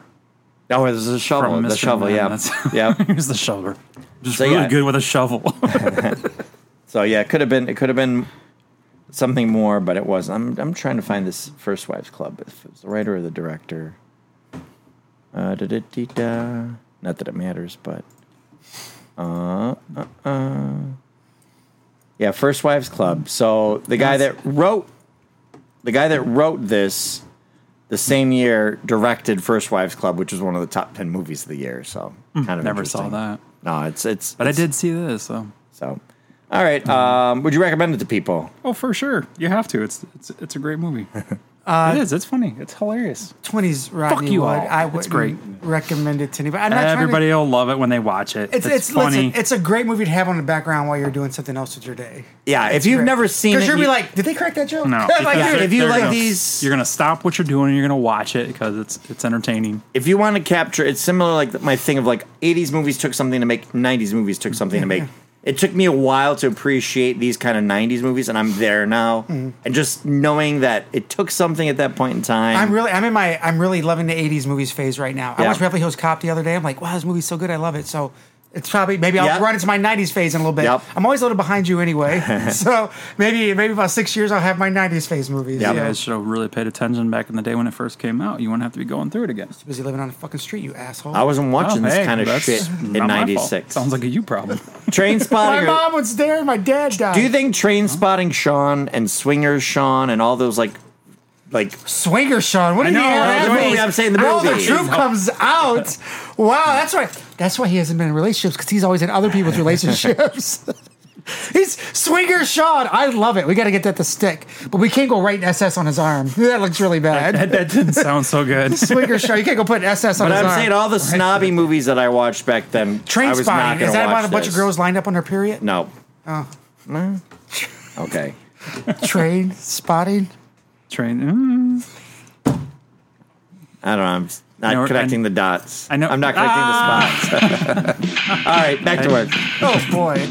Speaker 3: Oh, there's a shovel.
Speaker 5: from Mr.
Speaker 3: The shovel,
Speaker 5: Man.
Speaker 3: yeah, [laughs]
Speaker 5: That's-
Speaker 3: yeah.
Speaker 5: [laughs] he was the shoveler. Just
Speaker 3: So,
Speaker 5: really
Speaker 3: yeah.
Speaker 5: good with a shovel.
Speaker 3: So yeah, it could have been it could have been something more, but it wasn't. I'm I'm trying to find this First Wives Club. If it's the writer or the director. Uh, da, da, dee, da. Not that it matters, but uh, uh, uh. yeah, First Wives Club. So the guy that wrote the guy that wrote this the same year directed First Wives Club, which was one of the top ten movies of the year. So kind of
Speaker 5: Hmm. Never saw
Speaker 3: interesting.
Speaker 5: that,
Speaker 3: No, it's it's
Speaker 5: but I
Speaker 3: it's-
Speaker 5: did see this. So.
Speaker 3: so, all right. Um, would you recommend it to people?
Speaker 5: Oh, for sure, you have to. It's it's it's a great [laughs] movie. it is. It's funny. It's hilarious.
Speaker 4: twenties Rodney
Speaker 5: you
Speaker 4: Wood.
Speaker 5: all.
Speaker 4: I
Speaker 5: It's
Speaker 4: would
Speaker 5: great.
Speaker 4: recommend it to anybody. I'm not trying to-
Speaker 5: Everybody will love it when they watch it.
Speaker 4: it's, it's,
Speaker 5: funny.
Speaker 4: Listen, it's a great movie to have on the background while you're doing something else with your day.
Speaker 3: Yeah, if you've
Speaker 4: Great.
Speaker 3: never seen it,
Speaker 4: because you'll be
Speaker 3: you-
Speaker 4: like, did they correct that joke?
Speaker 5: no,
Speaker 4: [laughs] Like,
Speaker 5: because
Speaker 4: dude,
Speaker 5: they're-
Speaker 3: if you
Speaker 5: they're
Speaker 3: like
Speaker 5: gonna-
Speaker 3: these-
Speaker 5: you're gonna stop what you're doing and you're gonna watch it because it's it's entertaining.
Speaker 3: if you want to capture, it's similar like my thing of like '80s movies took something to make, '90s movies took something to make. It took me a while to appreciate these kind of '90s movies, and I'm there now.
Speaker 4: Mm-hmm.
Speaker 3: And just knowing that it took something at that point in time.
Speaker 4: I'm really, I'm in my, I'm really loving the '80s movies phase right now. I
Speaker 3: Yeah.
Speaker 4: watched Beverly Hills Cop the other day. I'm like, wow, this movie's so good. I love it. So it's probably maybe I'll
Speaker 3: Yep.
Speaker 4: run into my '90s phase in a little bit.
Speaker 3: Yep.
Speaker 4: I'm always a little behind you anyway.
Speaker 3: [laughs]
Speaker 4: so maybe, maybe about six years, I'll have my '90s phase movies.
Speaker 3: Yep.
Speaker 5: You
Speaker 4: Yeah.
Speaker 5: guys should have really paid attention back in the day when it first came out. You wouldn't have to be going through it again.
Speaker 4: Busy living on a fucking street, you asshole.
Speaker 3: I wasn't watching
Speaker 5: Oh,
Speaker 3: this
Speaker 5: hey,
Speaker 3: kind of
Speaker 5: that's
Speaker 3: shit
Speaker 5: not
Speaker 3: in
Speaker 5: my fault.
Speaker 3: '96.
Speaker 5: Sounds like a you problem. [laughs]
Speaker 3: Train
Speaker 4: my
Speaker 3: Spotting. or-
Speaker 4: mom was there. My dad died.
Speaker 3: do you think Train Spotting Sean and Swingers Sean and all those like, like
Speaker 4: Swinger Sean. What do you
Speaker 5: know,
Speaker 4: know?
Speaker 5: the movie,
Speaker 3: I'm saying the
Speaker 4: the
Speaker 3: movie.
Speaker 4: truth comes out. Wow, that's why. That's why he hasn't been in relationships because he's always in other
Speaker 3: [laughs]
Speaker 4: people's relationships. [laughs] he's Swinger Sean. I love it. We got to get that to stick, but we can't go write SS on his arm. [laughs] That looks really bad.
Speaker 5: that,
Speaker 3: [laughs]
Speaker 5: that didn't sound so good.
Speaker 4: Swinger Sean. You can't go put an SS on
Speaker 3: But
Speaker 4: his
Speaker 3: I'm
Speaker 4: arm.
Speaker 3: saying all the snobby movies that I watched back then. I
Speaker 4: Train
Speaker 3: was not
Speaker 4: spotting.
Speaker 3: gonna
Speaker 4: Is that
Speaker 3: watch
Speaker 4: about a bunch
Speaker 3: this.
Speaker 4: of girls Oh. lined up on her
Speaker 3: [laughs]
Speaker 4: period?
Speaker 3: No. No. [laughs] Okay.
Speaker 4: Train spotting.
Speaker 5: Train. mm.
Speaker 3: I don't know. I'm s- not
Speaker 5: No,
Speaker 3: connecting
Speaker 5: I-
Speaker 3: the dots.
Speaker 5: I know-
Speaker 3: I'm not connecting
Speaker 4: Ah!
Speaker 3: the spots. [laughs] all right, back to work.
Speaker 4: Oh boy.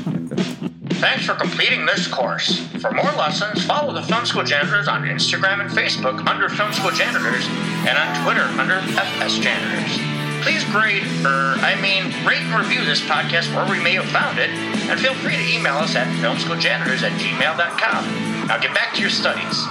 Speaker 1: Thanks for completing this course. For more lessons, follow the Film School Janitors on Instagram and Facebook under Film School Janitors and on Twitter under FS Janitors. Please grade, er, I mean, rate and review this podcast where we may have found it, and feel free to email us at filmschooljanitors at gmail.com. Now get back to your studies.